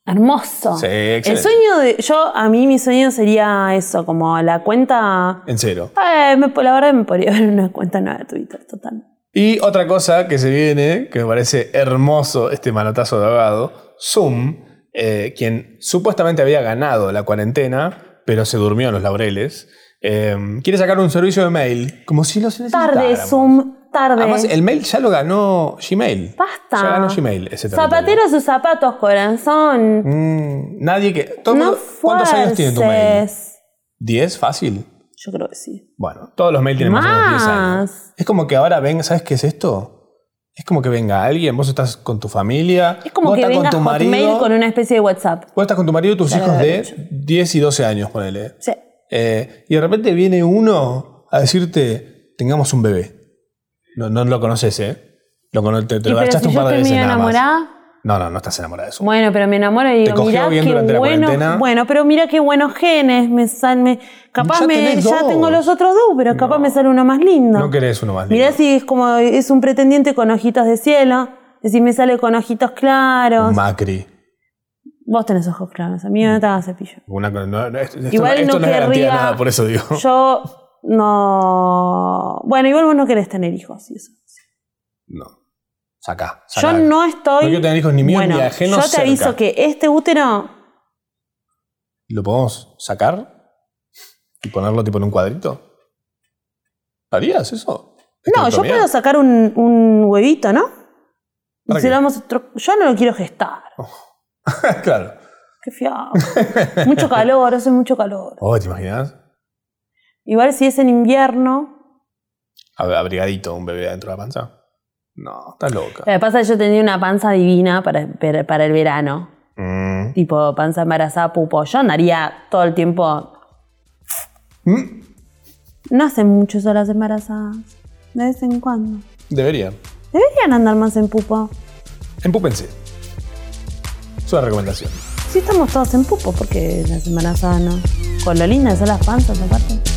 Hermoso.
Sí,
el
excelente.
sueño de. Yo, a mí, mi sueño sería eso, como la cuenta.
en cero.
Eh, me- la verdad me podría *laughs* ver una cuenta nueva de Twitter, total.
Y otra cosa que se viene, que me parece hermoso este manotazo de abogado, Zoom, eh, quien supuestamente había ganado la cuarentena, pero se durmió en los laureles, eh, quiere sacar un servicio de mail, como si lo necesitáramos.
Tarde, Zoom, tarde.
Además, el mail ya lo ganó Gmail.
Basta.
Ya ganó Gmail. ese territorio.
Zapatero sus zapatos, corazón.
Mm, nadie que... todo-
no
¿Cuántos años tiene tu mail?
fuerces.
¿10? Fácil.
Yo creo que sí.
Bueno, todos los mails tienen más, de unos 10
Más.
años. Es como que ahora venga, ¿sabes qué es esto? Es como que venga alguien, vos estás con tu familia,
Es como
vos
que
estás
venga
con tu
Hotmail
marido,
con una especie de WhatsApp.
vos estás con tu marido y tus
Claro,
hijos
derecho.
de 10 y 12 años, ponele.
Sí.
Eh, y de repente viene uno a decirte, tengamos un bebé. No, no lo conoces, ¿eh? Lo, cono- te te
Y
lo
pero
garchaste
si
un
yo
par de
estoy
veces
medio
nada más.
enamorada.
No, no, no estás enamorada de eso.
Bueno, pero me enamoro y digo,
cogió
mirá
bien durante
qué
la
bueno.
cuarentena.
Bueno, pero mira qué buenos genes. Me sal- me- capaz
Ya
me,
tenés
ya
dos.
tengo los otros dos, pero capaz me sale uno más lindo.
No querés uno más.
Mirá
lindo.
si es como es un pretendiente con hojitas de cielo. Es decir, me sale con ojitos claros.
Un Macri.
Vos tenés ojos claros, a mí no te hagas cepillo.
Una co- no, no, esto, esto
Igual
no- esto
no
no es garantía de
querría-
nada, por eso digo.
Yo no. Bueno, igual vos no querés tener hijos y eso.
No. Sacá.
Yo
sacá.
no estoy.
No quiero tener hijos ni míos
bueno,
ni ajenos.
Yo te
cerca.
aviso que este útero.
¿Lo podemos sacar? ¿Y ponerlo tipo en un cuadrito? ¿Harías eso?
No, yo
*laughs* ¿Esterectomía?
puedo sacar un, un huevito, ¿no? Y
¿Para
se
qué?
lo
Oh.
damos otro- Yo no lo quiero gestar.
claro.
Qué
*laughs*
fiado. mucho calor, hace mucho calor.
Oh, ¿te imaginas?
Igual si es en invierno.
Ab- Abrigadito un bebé adentro de la panza. No, estás loca.
Lo que pasa es que yo tenía una panza divina para, para- para el verano.
Mm.
Tipo panza embarazada, pupo. Yo andaría todo el tiempo.
Mm,
No hacen mucho eso las embarazadas. De vez en cuando.
Debería.
Deberían andar más en pupo.
Empúpense. Es una recomendación.
Si estamos todos en pupo, porque las embarazadas no. Con lo lindas son las panzas, aparte.